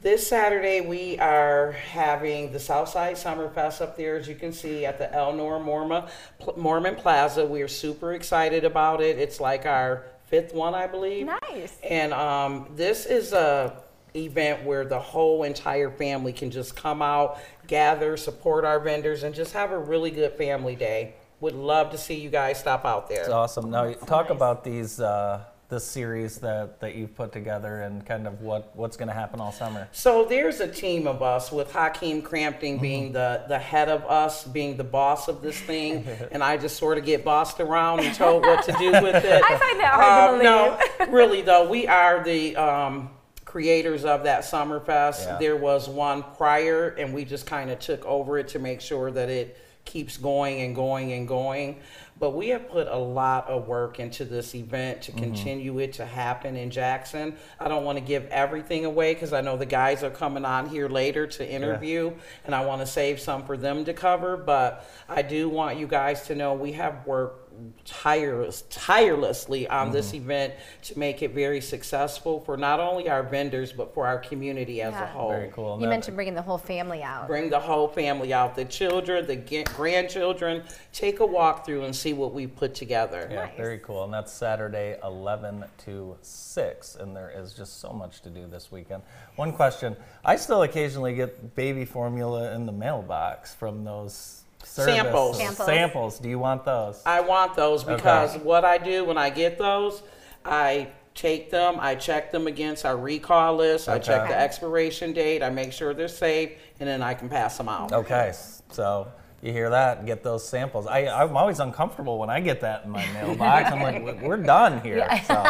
Speaker 5: this Saturday we are having the Southside Summer Fest up there, as you can see at the Elnor Morma, Pl- Mormon Plaza. We are super excited about it. It's like our fifth one, I believe.
Speaker 2: Nice.
Speaker 5: And um, this is a event where the whole entire family can just come out, gather, support our vendors, and just have a really good family day. Would love to see you guys stop out there.
Speaker 1: It's awesome. Now talk
Speaker 2: nice.
Speaker 1: about these uh, this series that, that you've put together and kind of what, what's going to happen all summer.
Speaker 5: So there's a team of us with Hakeem Crampton
Speaker 2: Mm-hmm.
Speaker 5: being the, the head of us, being the boss of this thing, and I just sort of get bossed around and told what to do with it.
Speaker 2: I find that
Speaker 5: uh,
Speaker 2: hard to
Speaker 5: No, really though, we are the um, creators of that Summerfest.
Speaker 1: Yeah.
Speaker 5: There was one prior, and we just kind of took over it to make sure that it keeps going and going and going. But we have put a lot of work into this event to continue it to happen in Jackson. I don't want to give everything away because I know the guys are coming on here later to interview, and I want to save some for them to cover. But I do want you guys to know we have worked tireless, tirelessly on this event to make it very successful for not only our vendors but for our community as a
Speaker 2: Yeah.
Speaker 5: whole
Speaker 1: Very cool. And
Speaker 2: You
Speaker 1: then-
Speaker 2: mentioned bringing the whole family out.
Speaker 5: Oh. bring the whole family out the children the g- grandchildren take a walk through and see what we put together
Speaker 1: Yeah,
Speaker 2: Nice.
Speaker 1: very cool. And that's Saturday, 11 to 6. And there is just so much to do this weekend. One question I still occasionally get baby formula in the mailbox from those services.
Speaker 5: Samples.
Speaker 2: Samples.
Speaker 1: Samples. Do you want those?
Speaker 5: i want those because what i do when i get those i take them i check them against our recall list i check
Speaker 1: Okay.
Speaker 5: the expiration date i make sure they're safe and then i can pass them out
Speaker 1: Okay, s- so you hear that? Get those samples. I, I'm always uncomfortable when I get that in my mailbox. I'm like, "We- we're done here. So.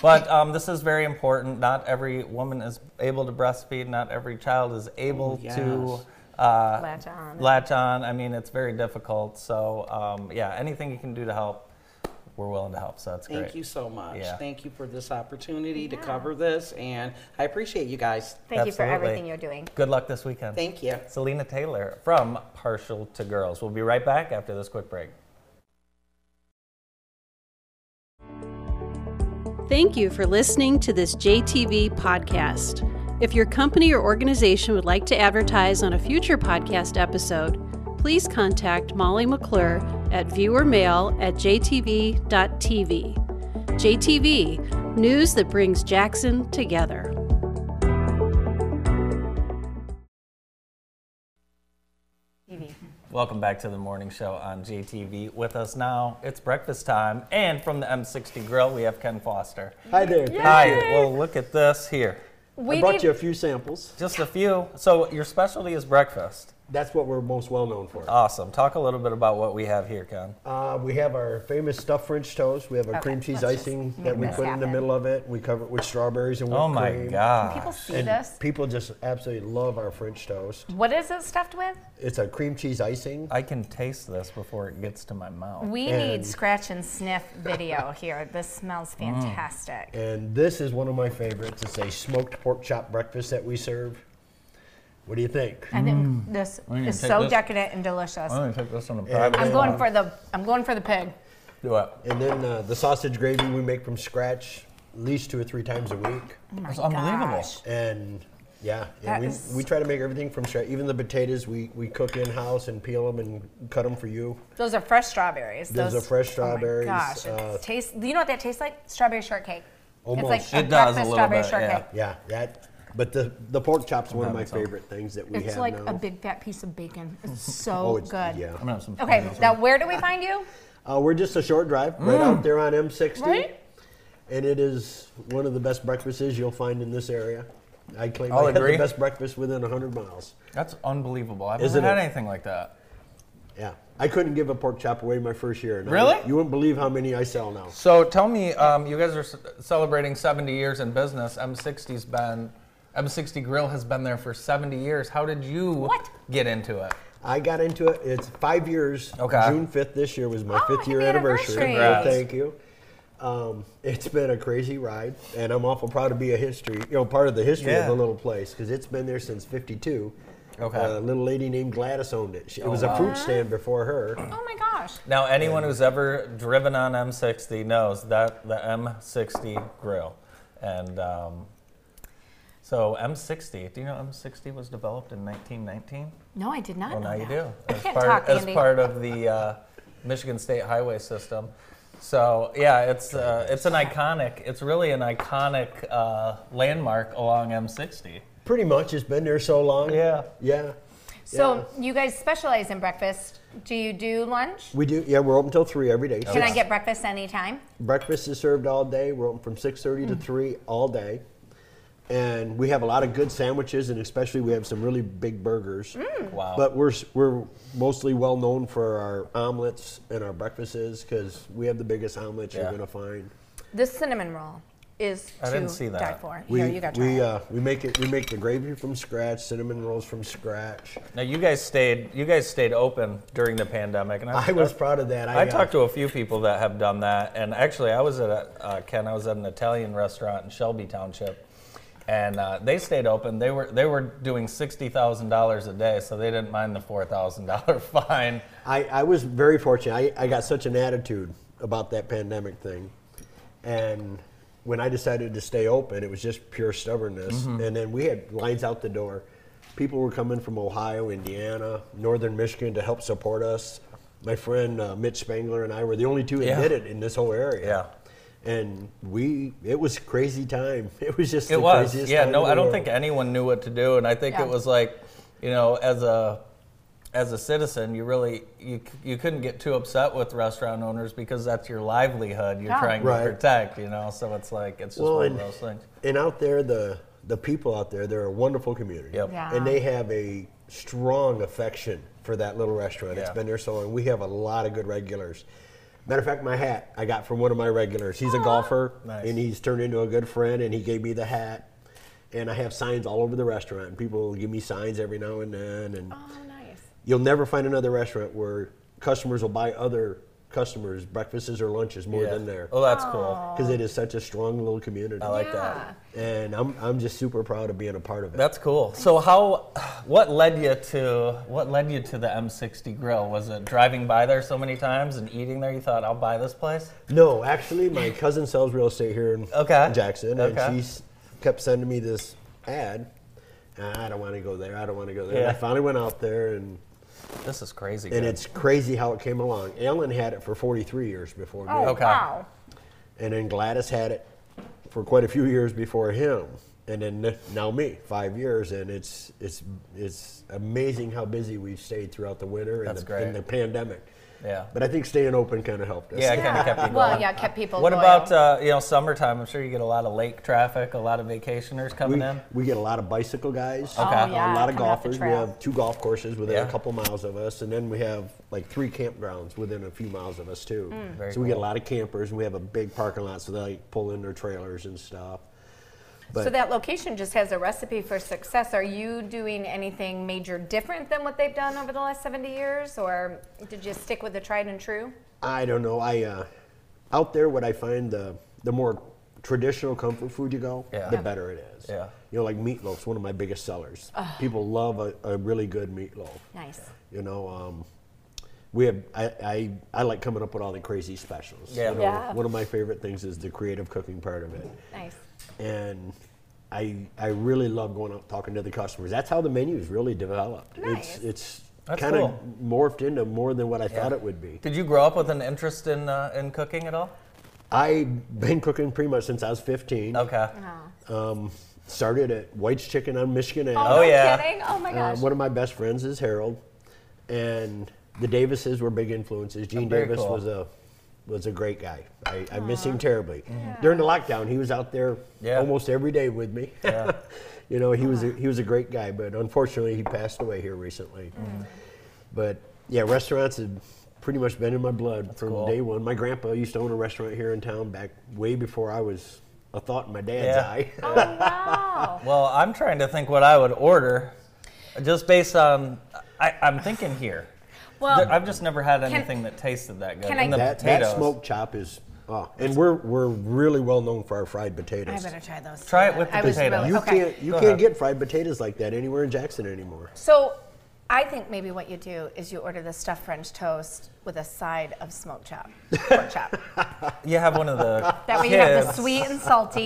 Speaker 1: But um, this is very important. Not every woman is able to breastfeed. Not every child is able to
Speaker 5: Oh, yes.
Speaker 1: uh,
Speaker 2: Latch on.
Speaker 1: Latch on. I mean, it's very difficult. So um, yeah, anything you can do to help, we're willing to help. So that's
Speaker 5: Thank
Speaker 1: great.
Speaker 5: you so much.
Speaker 1: Yeah.
Speaker 5: Thank you for this opportunity to cover this, and I appreciate you guys.
Speaker 2: Thank you for
Speaker 1: Absolutely.
Speaker 2: everything you're doing.
Speaker 1: Good luck this weekend.
Speaker 5: Thank you.
Speaker 1: Selena Taylor from Partial to Girls. We'll be right back after this quick break.
Speaker 4: Thank you for listening to this JTV podcast. If your company or organization would like to advertise on a future podcast episode, please contact Molly McClure at viewermail at jtv.tv. JTV, news that brings Jackson together.
Speaker 1: Welcome back to the morning show on GTV. With us now, it's breakfast time, and from the M60 Grill, we have Ken Foster.
Speaker 6: Hi there. thank
Speaker 1: Hi.
Speaker 6: you.
Speaker 1: Well, look at this here.
Speaker 2: We
Speaker 6: I brought
Speaker 2: need-
Speaker 6: you a few samples.
Speaker 1: Just a few. So your specialty is breakfast.
Speaker 6: That's what we're most well known for.
Speaker 1: Awesome. Talk a little bit about what we have here, Ken.
Speaker 6: Uh, we have our famous stuffed French toast. We have our cream cheese
Speaker 2: let's just
Speaker 6: icing
Speaker 2: make
Speaker 6: that we
Speaker 2: this
Speaker 6: put in the
Speaker 2: happen.
Speaker 6: middle of it. We cover it with strawberries and whipped
Speaker 1: Oh my
Speaker 6: cream.
Speaker 2: People
Speaker 1: gosh.
Speaker 2: see
Speaker 6: And
Speaker 2: this.
Speaker 6: people just absolutely love our French toast.
Speaker 2: What is it stuffed with?
Speaker 6: It's a cream cheese icing.
Speaker 1: I can taste this before it gets to my mouth.
Speaker 2: We need
Speaker 6: And-
Speaker 2: scratch and sniff video here. This smells
Speaker 1: Mm.
Speaker 2: fantastic.
Speaker 6: And this is one of my favorites. It's a smoked pork chop breakfast that we serve. What do you think?
Speaker 2: I think this
Speaker 1: Mm. We need to
Speaker 2: is
Speaker 1: take
Speaker 2: so
Speaker 1: this.
Speaker 2: decadent and delicious.
Speaker 1: I'm gonna take this on a
Speaker 6: private
Speaker 2: I'm going for the I'm going for the pig.
Speaker 1: Do it.
Speaker 6: And then uh, the sausage gravy we make from scratch at least two or three times a week.
Speaker 2: Mm.
Speaker 1: It's unbelievable.
Speaker 2: Oh Gosh.
Speaker 6: And yeah,
Speaker 2: That
Speaker 6: and we,
Speaker 2: is-
Speaker 6: we try to make everything from scratch. Even the potatoes, we, we cook in house and peel them and cut them for you.
Speaker 2: Those are fresh strawberries.
Speaker 6: Those are fresh strawberries,
Speaker 2: Oh my gosh,
Speaker 6: uh,
Speaker 2: it tastes. Do you know what that tastes like? Strawberry shortcake. It's
Speaker 6: Almost.
Speaker 2: like
Speaker 1: It
Speaker 2: a
Speaker 1: does a
Speaker 2: breakfast
Speaker 1: little
Speaker 2: strawberry
Speaker 1: bit, yeah.
Speaker 2: shortcake.
Speaker 6: Yeah, that. But the the pork chop's one of my favorite things that we
Speaker 2: It's
Speaker 6: have
Speaker 2: like
Speaker 6: now.
Speaker 2: a big fat piece of bacon. It's so
Speaker 6: oh, it's,
Speaker 2: good.
Speaker 6: Yeah.
Speaker 1: I'm gonna have some.
Speaker 2: Okay, now where do we find you?
Speaker 6: Uh, we're just a short drive right
Speaker 1: Mm.
Speaker 6: out there on M60,
Speaker 2: Right?
Speaker 6: and it is one of the best breakfasts you'll find in this area. I claim
Speaker 1: I'll
Speaker 6: I have
Speaker 1: agree.
Speaker 6: the best breakfast within 100 miles.
Speaker 1: That's unbelievable. I've
Speaker 6: Isn't
Speaker 1: never had
Speaker 6: it?
Speaker 1: anything like that.
Speaker 6: Yeah, I couldn't give a pork chop away my first year. and I-
Speaker 1: Really?
Speaker 6: you wouldn't believe how many I sell now.
Speaker 1: So tell me, um, you guys are c- celebrating 70 years in business. M60's been, M60 Grill has been there for 70 years. How did you
Speaker 2: What?
Speaker 1: get into it?
Speaker 6: I got into it. It's five years.
Speaker 1: Okay.
Speaker 6: June 5th this year was my
Speaker 2: Oh,
Speaker 6: fifth year
Speaker 2: happy
Speaker 6: anniversary.
Speaker 2: anniversary.
Speaker 6: Well,
Speaker 1: Congrats.
Speaker 6: thank you. Um, it's been a crazy ride, and I'm awful proud to be a history, you know, part of the history of
Speaker 1: Yeah.
Speaker 6: the little place because it's been there since '52.
Speaker 1: Okay. Oh,
Speaker 6: A little lady named Gladys owned it. She, it was a
Speaker 1: wow.
Speaker 6: fruit stand before her.
Speaker 2: Oh my gosh.
Speaker 1: Now, anyone who's ever driven on M60 knows that the M60 grill. And um, so, M60, do you know M60 was developed in 1919?
Speaker 2: No, I did not
Speaker 1: Well,
Speaker 2: know
Speaker 1: Oh, now you
Speaker 2: that.
Speaker 1: do.
Speaker 2: I
Speaker 1: As
Speaker 2: can't
Speaker 1: part,
Speaker 2: talk,
Speaker 1: as
Speaker 2: Andy.
Speaker 1: part of the uh, Michigan State Highway System. So yeah, it's uh, it's an iconic. It's really an iconic uh, landmark along M60.
Speaker 6: Pretty much, it's been there so long.
Speaker 1: Yeah.
Speaker 6: Yeah.
Speaker 2: So you guys specialize in breakfast. Do you do lunch?
Speaker 6: We do. Yeah, we're open till three every day.
Speaker 2: Can I get breakfast anytime?
Speaker 6: Breakfast is served all day. We're open from 6:30
Speaker 2: Mm.
Speaker 6: to 3 all day. And we have a lot of good sandwiches and especially we have some really big burgers.
Speaker 2: Mm.
Speaker 1: Wow.
Speaker 6: But we're s- we're mostly well known for our omelets and our breakfasts cuz we have the biggest omelets
Speaker 1: Yeah.
Speaker 6: you're going to find.
Speaker 2: This cinnamon roll is
Speaker 1: I
Speaker 2: to
Speaker 1: didn't see that.
Speaker 2: die for.
Speaker 6: We
Speaker 2: Here, you got to
Speaker 6: we
Speaker 2: try it.
Speaker 6: uh, we make it we make the gravy from scratch, cinnamon rolls from scratch.
Speaker 1: Now you guys stayed you guys stayed open during the pandemic, and I,
Speaker 6: I was proud of that.
Speaker 1: I
Speaker 6: uh,
Speaker 1: talked to a few people that have done that, and actually, I was at a, uh, Ken. I was at an Italian restaurant in Shelby Township, and uh, they stayed open. They were they were doing sixty thousand dollars a day, so they didn't mind the four thousand dollar fine.
Speaker 6: I, I was very fortunate. I, I got such an attitude about that pandemic thing. And when I decided to stay open, it was just pure stubbornness.
Speaker 1: Mm-hmm.
Speaker 6: And then we had lines out the door. People were coming from Ohio, Indiana, northern Michigan to help support us. My friend uh, Mitch Spangler and I were the only two that
Speaker 1: Yeah.
Speaker 6: did it in this whole area.
Speaker 1: Yeah.
Speaker 6: And we, it was crazy time. It was just
Speaker 1: It
Speaker 6: the
Speaker 1: was,
Speaker 6: craziest
Speaker 1: yeah.
Speaker 6: time
Speaker 1: No,
Speaker 6: in the
Speaker 1: I don't
Speaker 6: world.
Speaker 1: think anyone knew what to do, and I think
Speaker 2: Yeah.
Speaker 1: it was like, you know, as a as a citizen, you really you c- you couldn't get too upset with restaurant owners because that's your livelihood you're
Speaker 2: Yeah.
Speaker 1: trying
Speaker 6: Right.
Speaker 1: to protect, you know. So it's like it's just one of those things.
Speaker 6: And out there, the the people out there, they're a wonderful community.
Speaker 1: Yep.
Speaker 2: Yeah.
Speaker 6: And they have a strong affection for that little restaurant. It's
Speaker 1: Yeah.
Speaker 6: been there so long. We have a lot of good regulars. Matter of fact, my hat I got from one of my regulars. He's a golfer,
Speaker 1: Nice.
Speaker 6: and he's turned into a good friend. And he gave me the hat, and I have signs all over the restaurant. And people give me signs every now and then. And
Speaker 2: Oh, nice.
Speaker 6: you'll never find another restaurant where customers will buy other customers breakfasts or lunches more
Speaker 1: Yeah.
Speaker 6: than there
Speaker 1: Oh, that's cool.
Speaker 6: because it is such a strong little community. I
Speaker 1: like
Speaker 2: yeah.
Speaker 1: that.
Speaker 6: and I'm, I'm just super proud of being a part of it.
Speaker 1: That's cool. So how, what led you to what led you to the M60 Grill? Was it driving by there so many times and eating there? You thought I'll buy this place?
Speaker 6: No, actually, my cousin sells real estate here in
Speaker 1: Okay.
Speaker 6: Jackson,
Speaker 1: Okay.
Speaker 6: and she s- kept sending me this ad. "Ah, I don't want to go there. I don't want to go there. And I
Speaker 1: Yeah.
Speaker 6: finally went out there, and
Speaker 1: This is crazy.
Speaker 6: and
Speaker 1: good.
Speaker 6: it's crazy how it came along. Ellen had it for 43 years before me,
Speaker 2: Oh,
Speaker 1: Okay.
Speaker 2: wow.
Speaker 6: and then Gladys had it for quite a few years before him, and then n- now me, five years, and it's it's it's amazing how busy we've stayed throughout the winter and,
Speaker 1: That's
Speaker 6: the, and
Speaker 1: great.
Speaker 6: the pandemic.
Speaker 1: Yeah.
Speaker 6: But I think staying open kind of helped us.
Speaker 1: Yeah, it kind of kept you going.
Speaker 2: Well, yeah, kept people
Speaker 1: What
Speaker 2: loyal.
Speaker 1: about uh, you know summertime? I'm sure you get a lot of lake traffic, a lot of vacationers coming
Speaker 6: we,
Speaker 1: in.
Speaker 6: we get a lot of bicycle guys,
Speaker 1: Okay. Oh,
Speaker 2: yeah,
Speaker 6: a lot of
Speaker 2: coming off the
Speaker 6: golfers. We
Speaker 2: trail.
Speaker 6: have two golf courses within
Speaker 1: Yeah.
Speaker 6: a couple miles of us, and then we have like three campgrounds within a few miles of us too.
Speaker 2: Mm.
Speaker 1: Very
Speaker 6: So we get a
Speaker 1: cool.
Speaker 6: lot of campers, and we have a big parking lot, so they like, pull in their trailers and stuff.
Speaker 1: uh,
Speaker 2: So that location just has a recipe for success. Are you doing anything major different than what they've done over the last 70 years, or did you stick with the tried and true?
Speaker 6: I don't know. I uh, out there, what I find the the more traditional comfort food you go,
Speaker 1: Yeah.
Speaker 6: the
Speaker 1: Yeah.
Speaker 6: better it is.
Speaker 1: Yeah.
Speaker 6: You know, like meatloaf's one of my biggest sellers. People love a, a really good meatloaf.
Speaker 2: Nice.
Speaker 6: You know, um, we have. I, I I like coming up with all the crazy specials.
Speaker 1: Yeah.
Speaker 6: You know,
Speaker 2: Yeah.
Speaker 6: One of my favorite things is the creative cooking part of it,
Speaker 2: Nice.
Speaker 6: and I I really love going out talking to the customers. That's how the menu's really developed.
Speaker 2: Nice.
Speaker 6: It's it's
Speaker 1: That's
Speaker 6: kind of
Speaker 1: cool.
Speaker 6: morphed into more than what I thought it would be.
Speaker 1: Did you grow up with an interest in uh, in cooking at all?
Speaker 6: I've been cooking pretty much since I was 15.
Speaker 1: Okay.
Speaker 2: Uh-huh.
Speaker 6: Um, started at White's Chicken on Michigan Ave.
Speaker 1: Oh,
Speaker 2: Oh, no
Speaker 1: yeah.
Speaker 2: Kidding? Oh my
Speaker 6: Uh,
Speaker 2: gosh.
Speaker 6: one of my best friends is Harold, and the Davises were big influences. Gene
Speaker 1: very
Speaker 6: Davis
Speaker 1: cool.
Speaker 6: was a was a great guy. I, I miss him terribly. Mm-hmm. During the lockdown, he was out there
Speaker 1: Yeah.
Speaker 6: almost every day with me. you know, he was a, he was a great guy, but unfortunately, he passed away here recently.
Speaker 2: Mm.
Speaker 6: But yeah, restaurants have pretty much been in my blood from
Speaker 1: cool.
Speaker 6: day one. My grandpa used to own a restaurant here in town back way before I was a thought in my dad's
Speaker 1: Yeah.
Speaker 6: eye.
Speaker 2: oh wow.
Speaker 1: Well, I'm trying to think what I would order, just based on I, I'm thinking here.
Speaker 2: Well,
Speaker 1: There- I've just never had anything that tasted that good.
Speaker 2: Um, can
Speaker 1: And the
Speaker 2: I-
Speaker 6: that, that
Speaker 1: potatoes.
Speaker 6: smoke chop is Oh, and we're we're really well known for our fried potatoes.
Speaker 2: I better try those.
Speaker 1: Try
Speaker 2: too.
Speaker 1: it with the
Speaker 2: I was
Speaker 1: potato.
Speaker 2: really-
Speaker 6: You
Speaker 2: okay.
Speaker 6: can't you
Speaker 1: Go
Speaker 6: can't
Speaker 1: ahead.
Speaker 6: get fried potatoes like that anywhere in Jackson anymore.
Speaker 2: So I think maybe what you do is you order the stuffed French toast with a side of smoked chop, pork chop.
Speaker 1: You have one of the.
Speaker 2: That way you have the
Speaker 1: kids.
Speaker 2: sweet and salty.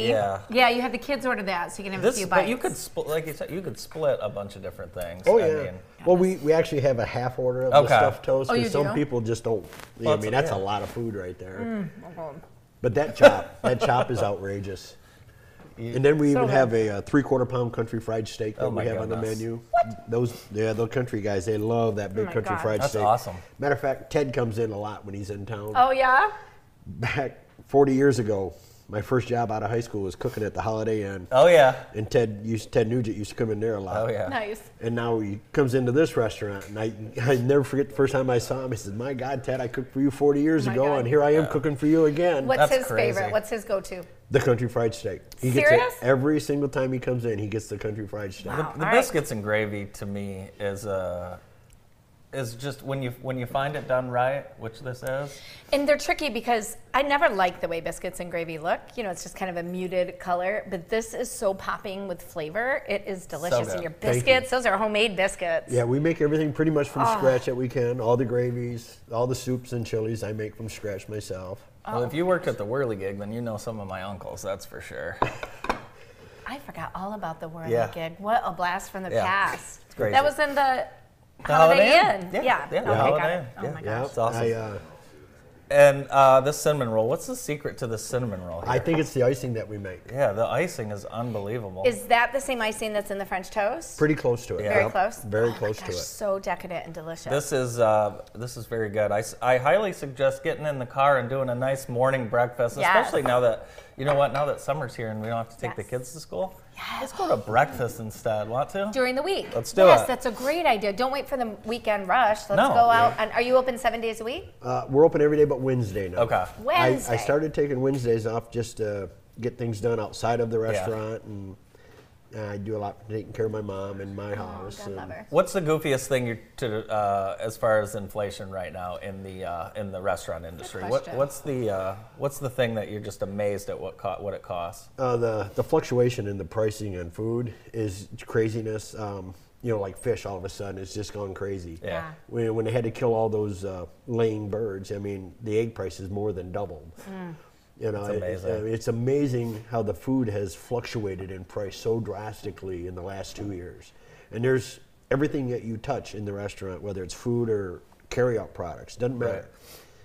Speaker 1: Yeah.
Speaker 2: you have the kids order that so you can have a
Speaker 1: This,
Speaker 2: few bites.
Speaker 1: but you could split, like you said, you could split a bunch of different things.
Speaker 6: Oh
Speaker 1: I
Speaker 6: yeah.
Speaker 1: mean,
Speaker 6: well, we, we actually have a half order of
Speaker 1: Okay.
Speaker 6: the stuffed toast
Speaker 2: Oh,
Speaker 6: because
Speaker 2: you do?
Speaker 6: some people just don't.
Speaker 1: Well,
Speaker 6: I
Speaker 1: it's-
Speaker 6: mean, that's a
Speaker 1: yeah.
Speaker 6: lot of food right there.
Speaker 2: Mhm.
Speaker 6: But that chop, that chop is outrageous. And then we
Speaker 2: So
Speaker 6: even
Speaker 2: good.
Speaker 6: have a, uh three-quarter pound country fried steak that
Speaker 1: Oh
Speaker 6: we
Speaker 1: my
Speaker 6: have on the
Speaker 1: goodness.
Speaker 6: menu. What? Those, yeah, those country guys, they love that big
Speaker 2: Oh my
Speaker 6: country
Speaker 2: God.
Speaker 6: fried
Speaker 1: That's
Speaker 6: steak.
Speaker 1: awesome.
Speaker 6: Matter of fact, Ted comes in a lot when he's in town.
Speaker 2: Oh yeah.
Speaker 6: Back 40 years ago, my first job out of high school was cooking at the Holiday Inn,
Speaker 1: oh yeah,
Speaker 6: and Ted used Ted Nugent used to come in there a lot.
Speaker 1: oh yeah.
Speaker 2: Nice.
Speaker 6: And now he comes into this restaurant, and I, I never forget the first time I saw him. I said, "My God, Ted, I cooked for you 40 years
Speaker 2: Oh, My
Speaker 6: ago,
Speaker 2: God.
Speaker 6: and here I am cooking for you again."
Speaker 2: What's
Speaker 1: That's
Speaker 2: his
Speaker 1: crazy.
Speaker 2: favorite? What's his go-to?
Speaker 6: The country fried steak. He
Speaker 2: Serious?
Speaker 6: gets it every single time he comes in. He gets the country fried steak.
Speaker 1: The, the
Speaker 2: all right.
Speaker 1: biscuits and gravy to me is uh, is just when you when you find it done right, which this is.
Speaker 2: And they're tricky because I never like the way biscuits and gravy look. You know, it's just kind of a muted color. But this is so popping with flavor. It is delicious.
Speaker 1: good.
Speaker 2: and your
Speaker 6: Thank you.
Speaker 2: biscuits, those are homemade biscuits.
Speaker 6: Yeah, we make everything pretty much from
Speaker 2: Ah.
Speaker 6: scratch that we can. All the gravies, all the soups and chilies, I make from scratch myself.
Speaker 1: Well,
Speaker 2: Oh.
Speaker 1: if you worked at the Whirly Gig, then you know some of my uncles. That's for sure.
Speaker 2: I forgot all about the Whirly
Speaker 1: Yeah.
Speaker 2: Gig. What a blast from the
Speaker 1: Yeah.
Speaker 2: past.
Speaker 1: It's crazy.
Speaker 2: That was in the,
Speaker 1: The
Speaker 2: Holiday,
Speaker 1: Holiday
Speaker 2: Inn.
Speaker 1: Inn. Yeah, yeah, the
Speaker 2: okay,
Speaker 1: Holiday
Speaker 2: got it.
Speaker 1: Inn.
Speaker 2: Oh
Speaker 1: Yeah.
Speaker 2: my
Speaker 6: Yeah,
Speaker 2: gosh.
Speaker 1: It's awesome.
Speaker 6: I, uh,
Speaker 1: And uh, this cinnamon roll. What's the secret to the cinnamon roll? Here?
Speaker 6: I think it's the icing that we make.
Speaker 1: Yeah, the icing is unbelievable.
Speaker 2: Is that the same icing that's in the French toast?
Speaker 6: Pretty close to it.
Speaker 1: Yeah.
Speaker 2: Very
Speaker 1: Yep.
Speaker 2: close.
Speaker 6: Very
Speaker 2: Oh my
Speaker 6: close
Speaker 2: gosh,
Speaker 6: to it.
Speaker 2: So decadent and delicious.
Speaker 1: This is uh, this is very good. I, s- I highly suggest getting in the car and doing a nice morning breakfast,
Speaker 2: Yes.
Speaker 1: especially now that you know what now that summer's here and we don't have to take the
Speaker 2: Yes.
Speaker 1: kids to school. Let's go to breakfast instead. Want to?
Speaker 2: during the week.
Speaker 1: Let's do
Speaker 2: yes,
Speaker 1: it.
Speaker 2: that's a great idea. Don't wait for the weekend rush. Let's
Speaker 1: No.
Speaker 2: go out. And are you open seven days a week?
Speaker 6: Uh, we're open every day but Wednesday now.
Speaker 1: Okay.
Speaker 6: I,
Speaker 2: Wednesday.
Speaker 6: I started taking Wednesdays off just to get things done outside of the restaurant, and uh, I do a lot for taking care of my mom and my house.
Speaker 2: Oh, God
Speaker 6: and-
Speaker 2: love her.
Speaker 1: What's the goofiest thing you to uh, as far as inflation right now in the uh, in the restaurant industry? What,
Speaker 2: question.
Speaker 1: what's the uh, what's the thing that you're just amazed at what co- what it costs?
Speaker 6: uh, the the fluctuation in the pricing on food is craziness. Um, you know, like fish, all of a sudden, it's just gone crazy.
Speaker 1: Yeah.
Speaker 6: When, when they had to kill all those uh, laying birds, I mean, the egg price is more than doubled. You
Speaker 1: Hmm.
Speaker 6: know,
Speaker 1: That's
Speaker 6: it-
Speaker 1: amazing.
Speaker 6: I mean, it's amazing how the food has fluctuated in price so drastically in the last two years. And there's everything that you touch in the restaurant, whether it's food or carryout products, doesn't matter.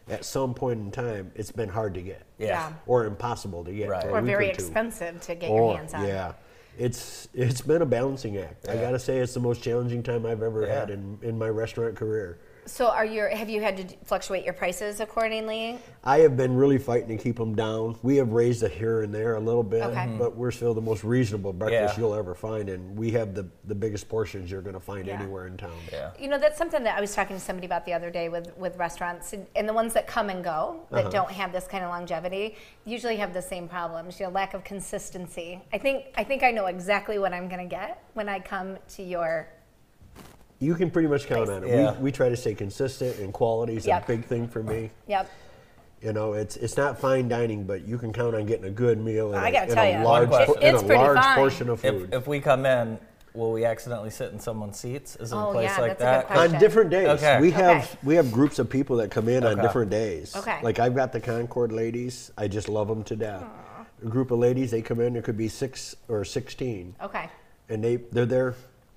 Speaker 6: At some point in time, it's been hard to get,
Speaker 1: Yeah.
Speaker 6: or impossible to get,
Speaker 1: Right.
Speaker 6: for a
Speaker 2: Or
Speaker 6: week
Speaker 2: very
Speaker 6: two.
Speaker 2: expensive to get
Speaker 6: Or-
Speaker 2: your hands on.
Speaker 6: Yeah. It's it's been a balancing act. I
Speaker 1: Yeah.
Speaker 6: gotta say it's the most challenging time I've ever
Speaker 1: Yeah.
Speaker 6: had in, in my restaurant career.
Speaker 2: So are your have you had to d- fluctuate your prices accordingly?
Speaker 6: I have been really fighting to keep them down. We have raised it here and there a little bit,
Speaker 2: Okay. Mhm.
Speaker 6: but we're still the most reasonable breakfast
Speaker 1: Yeah.
Speaker 6: you'll ever find, and we have the, the biggest portions you're gonna find
Speaker 2: Yeah.
Speaker 6: anywhere in town.
Speaker 1: Yeah.
Speaker 2: You know, that's something that I was talking to somebody about the other day with, with restaurants and, and the ones that come and go
Speaker 6: Uh-huh.
Speaker 2: that don't have this kind of longevity usually have the same problems. You know, lack of consistency. I think I think I know exactly what I'm going to get when I come to your.
Speaker 6: You can pretty much count on it.
Speaker 1: Yeah.
Speaker 6: We, we try to stay consistent, and quality is
Speaker 2: Yep.
Speaker 6: a big thing for me.
Speaker 2: Yep.
Speaker 6: You know, it's it's not fine dining, but you can count on getting a good meal and
Speaker 2: I
Speaker 6: a-
Speaker 2: gotta
Speaker 6: and
Speaker 2: tell
Speaker 6: a,
Speaker 2: ya, One
Speaker 6: large,
Speaker 1: question.
Speaker 6: por- and
Speaker 2: it's
Speaker 6: a
Speaker 2: pretty
Speaker 6: large
Speaker 2: fine.
Speaker 6: portion of food.
Speaker 1: If, if we come in, will we accidentally sit in someone's seats? Is it
Speaker 2: Oh,
Speaker 1: a place
Speaker 2: yeah,
Speaker 1: like
Speaker 2: that's a good
Speaker 1: that? 'Cause-
Speaker 2: question.
Speaker 6: On different days,
Speaker 1: Okay.
Speaker 6: we have
Speaker 2: Okay.
Speaker 6: we have groups of people that come in on
Speaker 1: Okay.
Speaker 6: different days.
Speaker 2: Okay.
Speaker 6: Like I've got the Concord ladies. I just love them to death. A group of ladies, they come in. There could be six or sixteen,
Speaker 2: Okay.
Speaker 6: and they they're there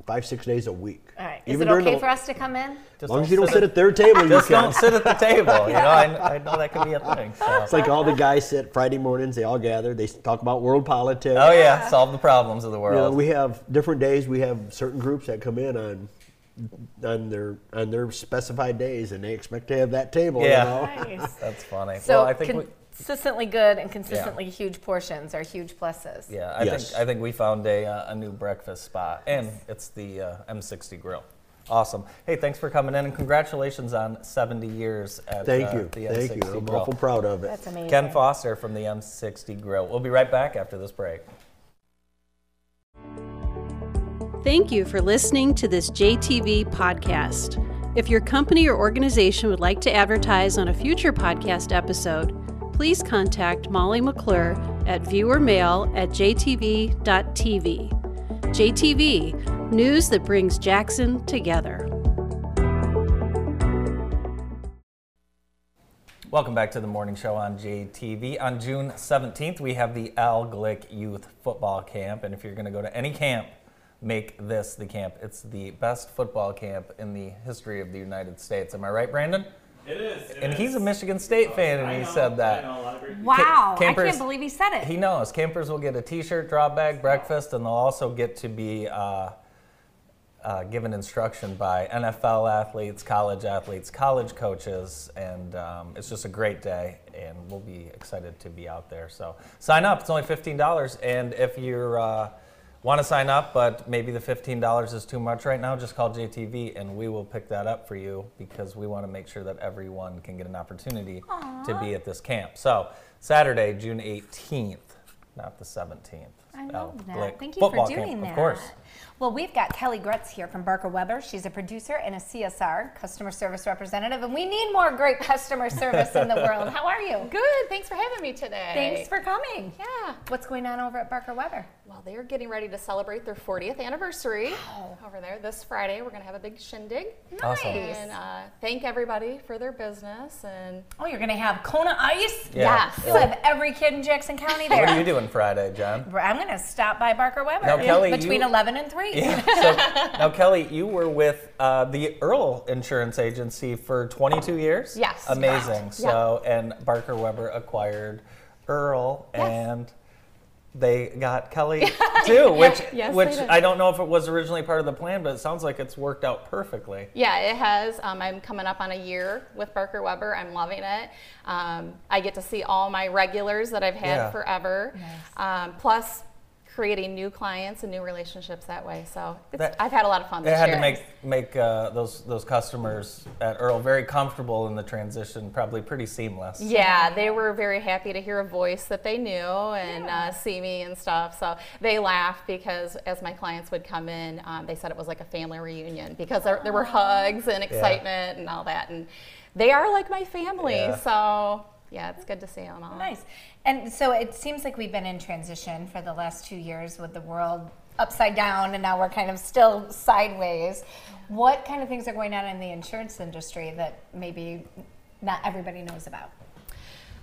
Speaker 6: five six days a week.
Speaker 2: All right. Is it
Speaker 6: Even during
Speaker 2: okay
Speaker 6: the-
Speaker 2: for us to come in?
Speaker 6: As
Speaker 1: Just
Speaker 6: long as
Speaker 1: don't
Speaker 6: you don't sit at their table, you
Speaker 1: Just
Speaker 6: can.
Speaker 1: don't sit at the table. You know, I, I know that could be a thing. so.
Speaker 6: It's like all the guys sit Friday mornings. They all gather. They s- talk about world politics.
Speaker 1: Oh yeah, solve the problems of the
Speaker 6: You know,
Speaker 1: world.
Speaker 6: we have different days. We have certain groups that come in on on their on their specified days, and they expect to have that table. you
Speaker 1: Yeah.
Speaker 6: know?
Speaker 2: Nice.
Speaker 1: That's funny.
Speaker 2: So
Speaker 1: well, I think we,
Speaker 2: consistently good and consistently huge portions are huge pluses.
Speaker 1: yeah, I
Speaker 6: Yes.
Speaker 1: think I think we found a uh, a new breakfast spot, and it's the uh, M60 Grill. Awesome. Hey, thanks for coming in, and congratulations on 70 years at
Speaker 6: Thank
Speaker 1: uh,
Speaker 6: you.
Speaker 1: the
Speaker 6: Thank
Speaker 1: M60
Speaker 6: you. I'm
Speaker 1: Grill.
Speaker 6: awful proud of it.
Speaker 2: That's amazing.
Speaker 1: Ken Foster from the M60 Grill. We'll be right back after this break.
Speaker 4: Thank you for listening to this JTV podcast. If your company or organization would like to advertise on a future podcast episode, please contact Molly McClure at viewermail at jtv.tv. JTV, news that brings Jackson together.
Speaker 1: Welcome back to the morning show on JTV. On June 17th, we have the Al Glick Youth Football Camp. And if you're going to go to any camp, make this the camp. It's the best football camp in the history of the United States. Am I right, Brandon?
Speaker 3: It is. it
Speaker 1: And he's a
Speaker 3: is. Oh,
Speaker 1: Michigan State fan, and
Speaker 3: I
Speaker 1: he
Speaker 3: know,
Speaker 1: said that.
Speaker 3: I know, a lot of great-
Speaker 2: Wow, I
Speaker 1: campers-
Speaker 2: can't believe he said it.
Speaker 1: He knows. Campers will get a T-shirt, drop bag, breakfast, and they'll also get to be uh, uh, given instruction by NFL athletes, college athletes, college coaches, and um, it's just a great day. And we'll be excited to be out there. So sign up. It's only fifteen dollars, and if you're uh, Want to sign up, but maybe the $15 is too much right now? Just call JTV and we will pick that up for you because we want to make sure that everyone can get an opportunity to be at this camp. So, Saturday, June 18th, not the 17th.
Speaker 2: I
Speaker 1: Al
Speaker 2: love that.
Speaker 1: Glick
Speaker 2: Thank you
Speaker 1: Oh, football
Speaker 2: for doing
Speaker 1: camp,
Speaker 2: that.
Speaker 1: Of course.
Speaker 2: Well, we've got Kelly Gretz here from Barker Weber. She's a producer and a CSR, customer service representative, and we need more great customer service in the world. How are you?
Speaker 7: Good. Thanks for having me today.
Speaker 2: Thanks for coming.
Speaker 7: Yeah.
Speaker 2: What's going on over at Barker Weber?
Speaker 7: Well, they're getting ready to celebrate their 40th anniversary over there this Friday. We're going to have a big shindig
Speaker 1: Awesome.
Speaker 7: and uh, thank everybody for their business. And
Speaker 2: Oh, you're going to have Kona Ice?
Speaker 1: Yeah.
Speaker 7: Yes.
Speaker 2: You'll have every kid in Jackson County
Speaker 1: What are
Speaker 2: there.
Speaker 1: you doing Friday, John?
Speaker 2: I'm going to stop by Barker Weber
Speaker 1: Now, Kelly,
Speaker 2: between
Speaker 1: you-
Speaker 2: 11 and 3.
Speaker 1: so, now, Kelly, you were with uh, the Earl Insurance Agency for 22 years.
Speaker 7: Yes,
Speaker 1: Amazing.
Speaker 7: correct. Yeah.
Speaker 1: So, and Barker Weber acquired Earl,
Speaker 7: Yes.
Speaker 1: and they got Kelly too, which
Speaker 7: Yes, they
Speaker 1: which
Speaker 7: did.
Speaker 1: I don't know if it was originally part of the plan, but it sounds like it's worked out perfectly.
Speaker 7: yeah, it has. Um, I'm coming up on a year with Barker Weber. I'm loving it. Um, I get to see all my regulars that I've had
Speaker 1: Yeah.
Speaker 7: forever, um, plus creating new clients and new relationships that way. So it's,
Speaker 1: That-
Speaker 7: I've had a lot of fun
Speaker 1: They
Speaker 7: this
Speaker 1: had
Speaker 7: year.
Speaker 1: to make make uh, those those customers at Earl very comfortable in the transition, probably pretty seamless.
Speaker 7: Yeah, they were very happy to hear a voice that they knew and uh, see me and stuff. So they laughed because as my clients would come in, um, they said it was like a family reunion because there, there were hugs and excitement and all that. And they are like my family.
Speaker 1: Yeah.
Speaker 7: So yeah, it's good to see them all.
Speaker 2: Nice. And so it seems like we've been in transition for the last two years with the world upside down, and now we're kind of still sideways. What kind of things are going on in the insurance industry that maybe not everybody knows about?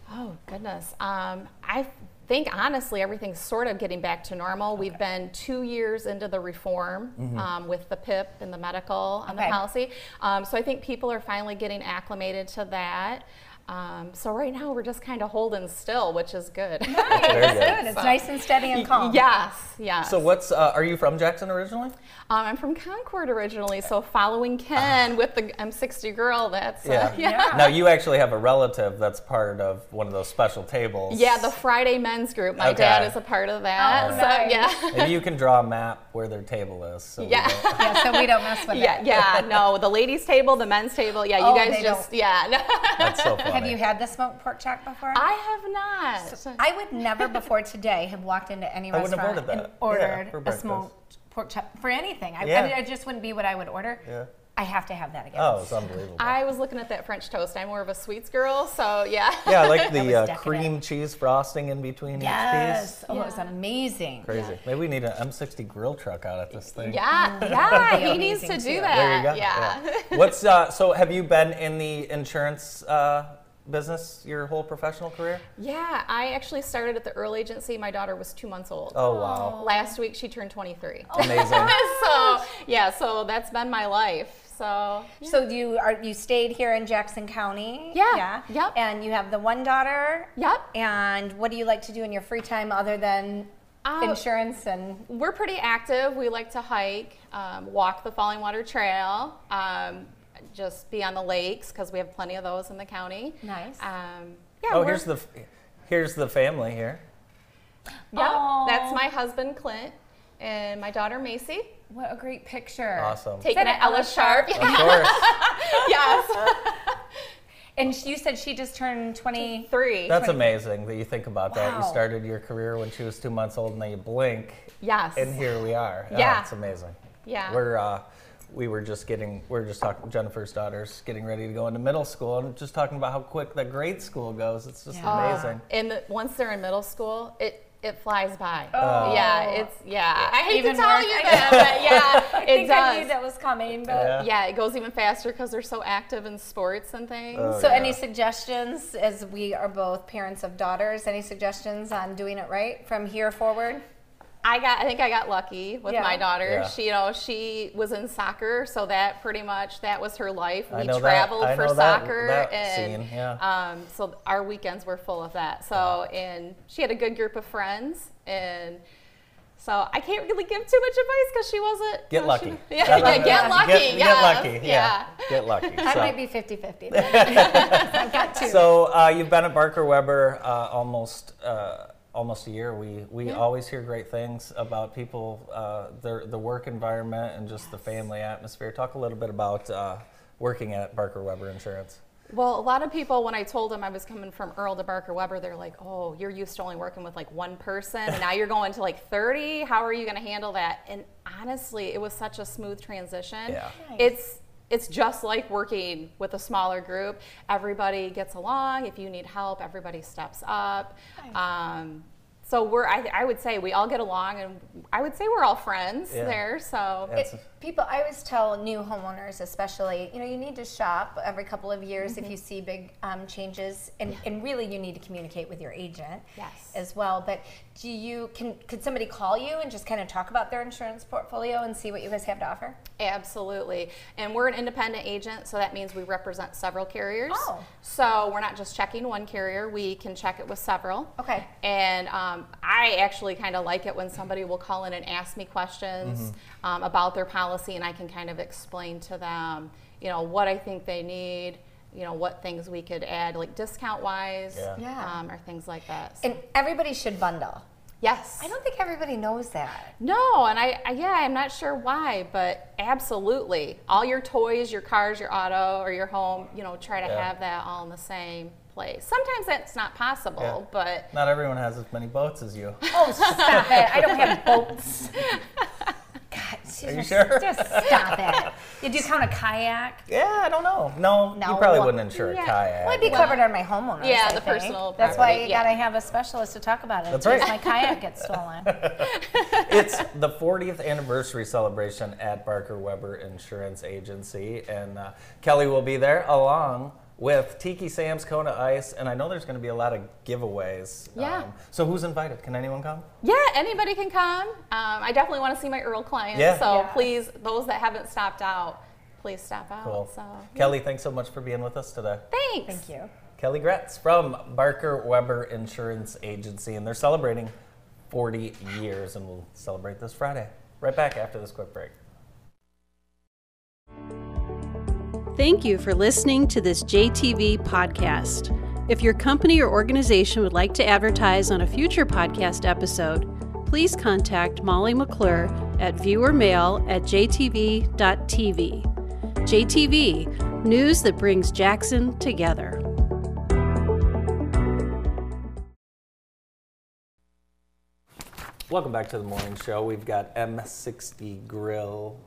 Speaker 7: Oh, goodness. Um, I think honestly, everything's sort of getting back to normal. We've been two years into the reform um, with the PIP and the medical on
Speaker 2: Okay.
Speaker 7: the policy. Um, so I think people are finally getting acclimated to that. Um, so right now, we're just kind of holding still, which is good.
Speaker 1: Very good.
Speaker 2: Good. It's nice and steady and calm.
Speaker 7: yes, yes.
Speaker 1: So what's uh, are you from Jackson originally?
Speaker 7: um, I'm from Concord originally, so following Ken with the M60 girl, that's uh,
Speaker 1: Yeah. Now you actually have a relative that's part of one of those special tables.
Speaker 7: yeah, the Friday men's group. My
Speaker 1: Okay.
Speaker 7: dad is a part of that.
Speaker 2: Oh,
Speaker 7: so
Speaker 2: nice.
Speaker 7: yeah.
Speaker 1: Maybe you can draw a map where their table is. So we
Speaker 7: Yeah.
Speaker 1: don't-
Speaker 2: Yeah, so we don't mess with
Speaker 7: Yeah,
Speaker 2: it.
Speaker 7: yeah, no, the ladies' table, the men's table. Yeah, you
Speaker 2: Oh,
Speaker 7: guys
Speaker 2: they
Speaker 7: just, yeah. No.
Speaker 1: that's so funny.
Speaker 2: Have you had the smoked pork chuck before?
Speaker 7: I have not.
Speaker 2: I would never before today have walked into any
Speaker 1: I wouldn't have
Speaker 2: restaurant
Speaker 1: ordered
Speaker 2: and
Speaker 1: that. Yeah,
Speaker 2: ordered
Speaker 1: for
Speaker 2: a
Speaker 1: breakfast.
Speaker 2: smoked pork chop for anything. I,
Speaker 1: Yeah.
Speaker 2: I mean, it just wouldn't be what I would order.
Speaker 1: Yeah.
Speaker 2: I have to have that again.
Speaker 1: oh, it's unbelievable.
Speaker 7: I was looking at that French toast. I'm more of a sweets girl, so yeah.
Speaker 1: yeah, I like the uh,
Speaker 2: decadent.
Speaker 1: cream cheese frosting in between
Speaker 2: Yes.
Speaker 1: each piece.
Speaker 2: Oh, it was amazing.
Speaker 1: Crazy. Maybe we need an M60 grill truck out at this thing.
Speaker 7: Yeah,
Speaker 2: be
Speaker 7: yeah, he needs to
Speaker 2: amazing,
Speaker 7: do
Speaker 2: too.
Speaker 7: that.
Speaker 1: There you go.
Speaker 7: Yeah.
Speaker 1: Yeah. What's uh, so? Have you been in the insurance uh, business your whole professional career?
Speaker 7: Yeah, I actually started at the Earl Agency. My daughter was two months old.
Speaker 1: Oh wow,
Speaker 7: Last week she turned 23.
Speaker 1: amazing.
Speaker 7: so yeah, so that's been my life. So
Speaker 2: So you are you stayed here in Jackson County?
Speaker 7: Yeah.
Speaker 2: Yeah.
Speaker 7: Yep.
Speaker 2: And you have the one daughter.
Speaker 7: Yep.
Speaker 2: And what do you like to do in your free time other than
Speaker 7: Uh,
Speaker 2: insurance and
Speaker 7: we're pretty active. We like to hike, um, walk the Falling Water Trail, um, just be on the lakes because we have plenty of those in the county.
Speaker 2: Nice.
Speaker 7: Um, yeah.
Speaker 1: Oh,
Speaker 7: we're-
Speaker 1: here's the f- here's the family here.
Speaker 7: Yep,
Speaker 2: Oh.
Speaker 7: that's my husband Clint and my daughter Macy.
Speaker 2: what a great picture.
Speaker 1: Awesome.
Speaker 7: Taken
Speaker 2: that
Speaker 7: at Ella
Speaker 2: Ellis
Speaker 7: Sharp.
Speaker 1: Of course.
Speaker 7: yes.
Speaker 2: And she- you said she just turned 20.
Speaker 7: Three.
Speaker 1: That's amazing that you think about that. You
Speaker 2: Wow.
Speaker 1: started your career when she was two months old, and then you blink,
Speaker 7: yes.
Speaker 1: and here we are. Oh,
Speaker 7: Yeah.
Speaker 1: it's amazing.
Speaker 7: Yeah.
Speaker 1: We're uh, we were just getting, we were just talking, Jennifer's daughter's getting ready to go into middle school and just talking about how quick the grade school goes. It's just
Speaker 7: Oh,
Speaker 1: amazing.
Speaker 7: And the, once they're in middle school, it it flies by. Oh. Yeah, it's yeah. I hate
Speaker 8: Even
Speaker 7: to tell
Speaker 8: worse.
Speaker 7: you that, but yeah,
Speaker 8: I
Speaker 7: it
Speaker 8: think
Speaker 7: does.
Speaker 8: I knew that was coming, but
Speaker 1: Yeah.
Speaker 7: Yeah, it goes even faster because they're so active in sports and things.
Speaker 1: Oh,
Speaker 8: So, any suggestions as we are both parents of daughters? Any suggestions on doing it right from here forward?
Speaker 7: I got. I think I got lucky with
Speaker 8: Yeah.
Speaker 7: my daughter.
Speaker 1: Yeah.
Speaker 7: She, you know, she was in soccer, so that pretty much that was her life.
Speaker 1: I
Speaker 7: We
Speaker 1: know that-
Speaker 7: traveled
Speaker 1: I
Speaker 7: for
Speaker 1: know that-
Speaker 7: soccer,
Speaker 1: that
Speaker 7: and
Speaker 1: scene, yeah.
Speaker 7: um, so our weekends were full of that. So, and she had a good group of friends, and so I can't really give too much advice because she wasn't.
Speaker 1: Get
Speaker 7: no,
Speaker 1: lucky.
Speaker 7: Oh, She, yeah, yeah, get, lucky.
Speaker 1: Get,
Speaker 7: yes,
Speaker 1: get lucky. Yeah.
Speaker 7: yeah.
Speaker 1: Get lucky.
Speaker 8: That
Speaker 1: So-
Speaker 8: might be 50 50. I've got two.
Speaker 1: So uh, you've been at Barker Weber uh, almost uh, almost a year. We we always hear great things about people, uh, their the work environment, and just the family atmosphere. Talk a little bit about uh, working at Barker Weber Insurance.
Speaker 7: Well, a lot of people, when I told them I was coming from Earl to Barker Weber, they're like, oh, you're used to only working with like one person. And now you're going to like 30. How are you going to handle that? And honestly, it was such a smooth transition.
Speaker 1: Yeah.
Speaker 7: It's, it's just like working with a smaller group. Everybody gets along. If you need help, everybody steps up. Um, so we're, I, I would say we all get along and I would say we're all friends
Speaker 1: Yeah.
Speaker 7: there. So
Speaker 1: Yeah. That's-
Speaker 8: It- people, I always tell new homeowners, especially, you know, you need to shop every couple of years if you see big um, changes, and, and really you need to communicate with your agent
Speaker 7: Yes.
Speaker 8: as well. But do you can could somebody call you and just kind of talk about their insurance portfolio and see what you guys have to offer?
Speaker 7: Absolutely. And we're an independent agent, so that means we represent several carriers.
Speaker 8: Oh.
Speaker 7: So we're not just checking one carrier, we can check it with several.
Speaker 8: Okay.
Speaker 7: And um, I actually kind of like it when somebody will call in and ask me questions
Speaker 8: Mm-hmm.
Speaker 7: um, about their policy, and I can kind of explain to them, you know, what I think they need, you know, what things we could add, like discount wise,
Speaker 1: Yeah.
Speaker 8: Yeah.
Speaker 7: Um, or things like that.
Speaker 8: And everybody should bundle.
Speaker 7: yes.
Speaker 8: I don't think everybody knows that.
Speaker 7: No, and I, I yeah, I'm not sure why, but absolutely, all your toys, your cars, your auto, or your home, you know, try to
Speaker 1: Yeah.
Speaker 7: have that all in the same place. Sometimes that's not possible, but
Speaker 1: Not everyone has as many boats as you.
Speaker 8: Oh, stop it. I don't have boats. God,
Speaker 1: you
Speaker 8: just,
Speaker 1: sure?
Speaker 8: Just stop it. You do count a kayak?
Speaker 1: yeah, I don't know. No, you
Speaker 8: No.
Speaker 1: probably wouldn't insure
Speaker 7: Yeah.
Speaker 1: a kayak.
Speaker 8: Well, I'd be covered on my homeowners.
Speaker 7: Yeah,
Speaker 8: I
Speaker 7: the
Speaker 8: think.
Speaker 7: personal
Speaker 8: That's why
Speaker 7: property,
Speaker 8: you
Speaker 7: yeah.
Speaker 8: gotta have a specialist to talk about it.
Speaker 1: That's
Speaker 8: in case
Speaker 1: right.
Speaker 8: My kayak gets stolen.
Speaker 1: it's the 40th anniversary celebration at Barker Weber Insurance Agency, and uh, Kelly will be there along with Tiki Sam's Kona Ice, and I know there's going to be a lot of giveaways. um,
Speaker 7: Yeah.
Speaker 1: so who's invited? Can anyone come?
Speaker 7: yeah, anybody can come. Um, I definitely want to see my Earl clients,
Speaker 1: Yeah.
Speaker 7: so
Speaker 8: Yeah.
Speaker 7: please, those that haven't stopped out, please stop out.
Speaker 1: Cool.
Speaker 7: So
Speaker 1: Kelly, thanks so much for being with us today.
Speaker 7: thanks.
Speaker 8: Thank you.
Speaker 1: Kelly Gretz from Barker Weber Insurance Agency, and they're celebrating 40 years, and we'll celebrate this Friday. Right back after this quick break.
Speaker 4: Thank you for listening to this JTV podcast. If your company or organization would like to advertise on a future podcast episode, please contact Molly McClure at viewermail at jtv.tv. JTV, news that brings Jackson together.
Speaker 1: Welcome back to the morning show. We've got M60 Grill.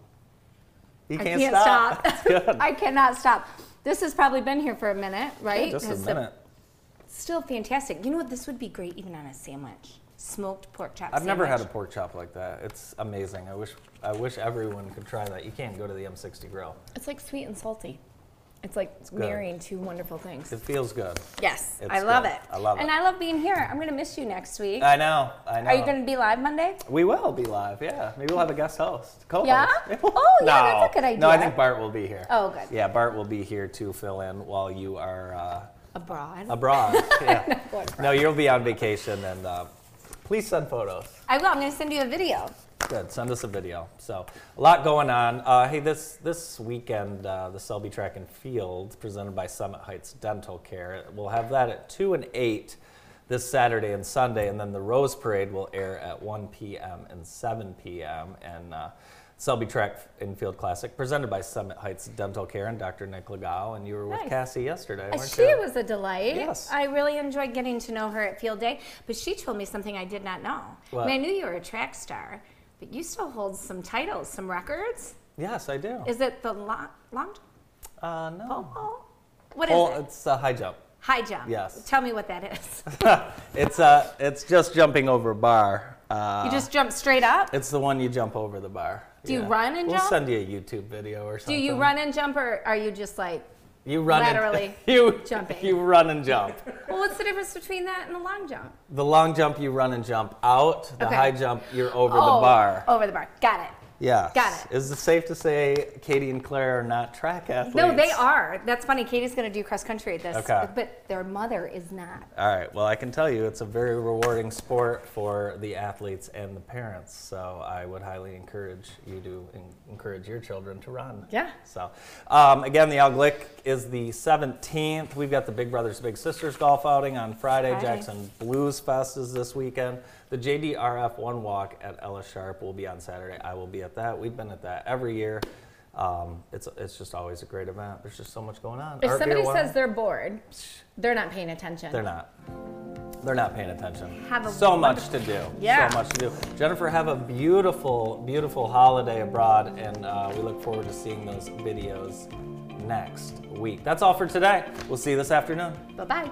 Speaker 1: You
Speaker 8: I
Speaker 1: can't,
Speaker 8: can't
Speaker 1: stop.
Speaker 8: stop. I cannot stop. This has probably been here for a minute, right?
Speaker 1: Just a
Speaker 8: Has the-
Speaker 1: minute.
Speaker 8: Still fantastic. You know what? This would be great even on a sandwich. Smoked pork chop.
Speaker 1: I've never had a
Speaker 8: sandwich.
Speaker 1: pork chop like that. It's amazing. I wish I wish everyone could try that. You can go to the M60 Grill.
Speaker 2: It's like sweet and salty. It's like
Speaker 1: good.
Speaker 2: marrying two wonderful things.
Speaker 1: It feels good.
Speaker 8: Yes,
Speaker 1: It's
Speaker 8: I love
Speaker 1: good.
Speaker 8: it.
Speaker 1: I love
Speaker 8: And
Speaker 1: it.
Speaker 8: I love being here. I'm gonna miss you next week.
Speaker 1: I know. I know.
Speaker 8: Are you gonna be live Monday?
Speaker 1: We will be live. Yeah. Maybe we'll have a guest host. Co-host.
Speaker 8: Yeah? Oh, yeah, that's a good
Speaker 1: No, I
Speaker 8: idea.
Speaker 1: think Bart will be here.
Speaker 8: Oh, good.
Speaker 1: Yeah, Bart will be here to fill in while you are. Uh,
Speaker 8: Abroad.
Speaker 1: abroad. Yeah. no, you'll be on vacation, and uh, please send photos.
Speaker 8: I will. I'm gonna send you a video.
Speaker 1: Good. Send us a video. So a lot going on. Uh, hey, this this weekend, uh, the Selby Track and Field, presented by Summit Heights Dental Care, we'll have that at two and eight this Saturday and Sunday, and then the Rose Parade will air at one p.m. and seven p.m. and uh, Selby Track and Field Classic, presented by Summit Heights Dental Care and Dr. Nick Legau, and you were with
Speaker 8: Nice.
Speaker 1: Cassie yesterday,
Speaker 8: Uh,
Speaker 1: weren't
Speaker 8: She
Speaker 1: you?
Speaker 8: was a delight.
Speaker 1: Yes.
Speaker 8: I really enjoyed getting to know her at Field Day, but she told me something I did not know. I,
Speaker 1: What?
Speaker 8: mean, I knew you were a track star, but you still hold some titles, some records.
Speaker 1: Yes, I do.
Speaker 2: Is it the long, long jump?
Speaker 1: Uh, no.
Speaker 2: Oh, what is
Speaker 1: Well,
Speaker 2: it?
Speaker 1: it's a high jump.
Speaker 2: High jump.
Speaker 1: Yes.
Speaker 2: Tell me what that is.
Speaker 1: It's uh, it's just jumping over a bar. Uh,
Speaker 2: you just jump straight up.
Speaker 1: it's the one you jump over the bar.
Speaker 2: Do you run and
Speaker 1: we'll
Speaker 2: jump?
Speaker 1: send you a YouTube video or
Speaker 2: Do
Speaker 1: something.
Speaker 2: you run and jump, or are you just like?
Speaker 1: You run
Speaker 2: laterally
Speaker 1: And, you
Speaker 2: jumping?
Speaker 1: You run and jump.
Speaker 2: Well, what's the difference between that and a long jump?
Speaker 1: The long jump, you run and jump out. The
Speaker 2: Okay.
Speaker 1: high jump, you're over
Speaker 2: oh,
Speaker 1: the bar.
Speaker 2: Over the bar. Got it.
Speaker 1: Yeah.
Speaker 2: Got it.
Speaker 1: Is it safe to say Katie and Claire are not track athletes?
Speaker 2: No, they are. That's funny. Katie's going to do cross country at this,
Speaker 1: Okay.
Speaker 2: but their mother is not.
Speaker 1: All right. Well, I can tell you it's a very rewarding sport for the athletes and the parents. So I would highly encourage you to en- encourage your children to run.
Speaker 2: Yeah.
Speaker 1: So um, again, the Alglick is the 17th. We've got the Big Brothers Big Sisters golf outing on Friday.
Speaker 2: Friday.
Speaker 1: Jackson Blues Fest is this weekend. The JDRF One Walk at Ellis Sharp will be on Saturday. I will be at that. We've been at that every year. Um, it's it's just always a great event. There's just so much going on.
Speaker 2: If
Speaker 1: Art, beer,
Speaker 2: somebody
Speaker 1: wine.
Speaker 2: says they're bored, they're not paying attention.
Speaker 1: They're not. They're not paying attention.
Speaker 2: Have a
Speaker 1: so much to do.
Speaker 2: Yeah.
Speaker 1: So much to do. Jennifer, have a beautiful, beautiful holiday abroad, and uh, we look forward to seeing those videos next week. That's all for today. We'll see you this afternoon.
Speaker 2: Bye bye.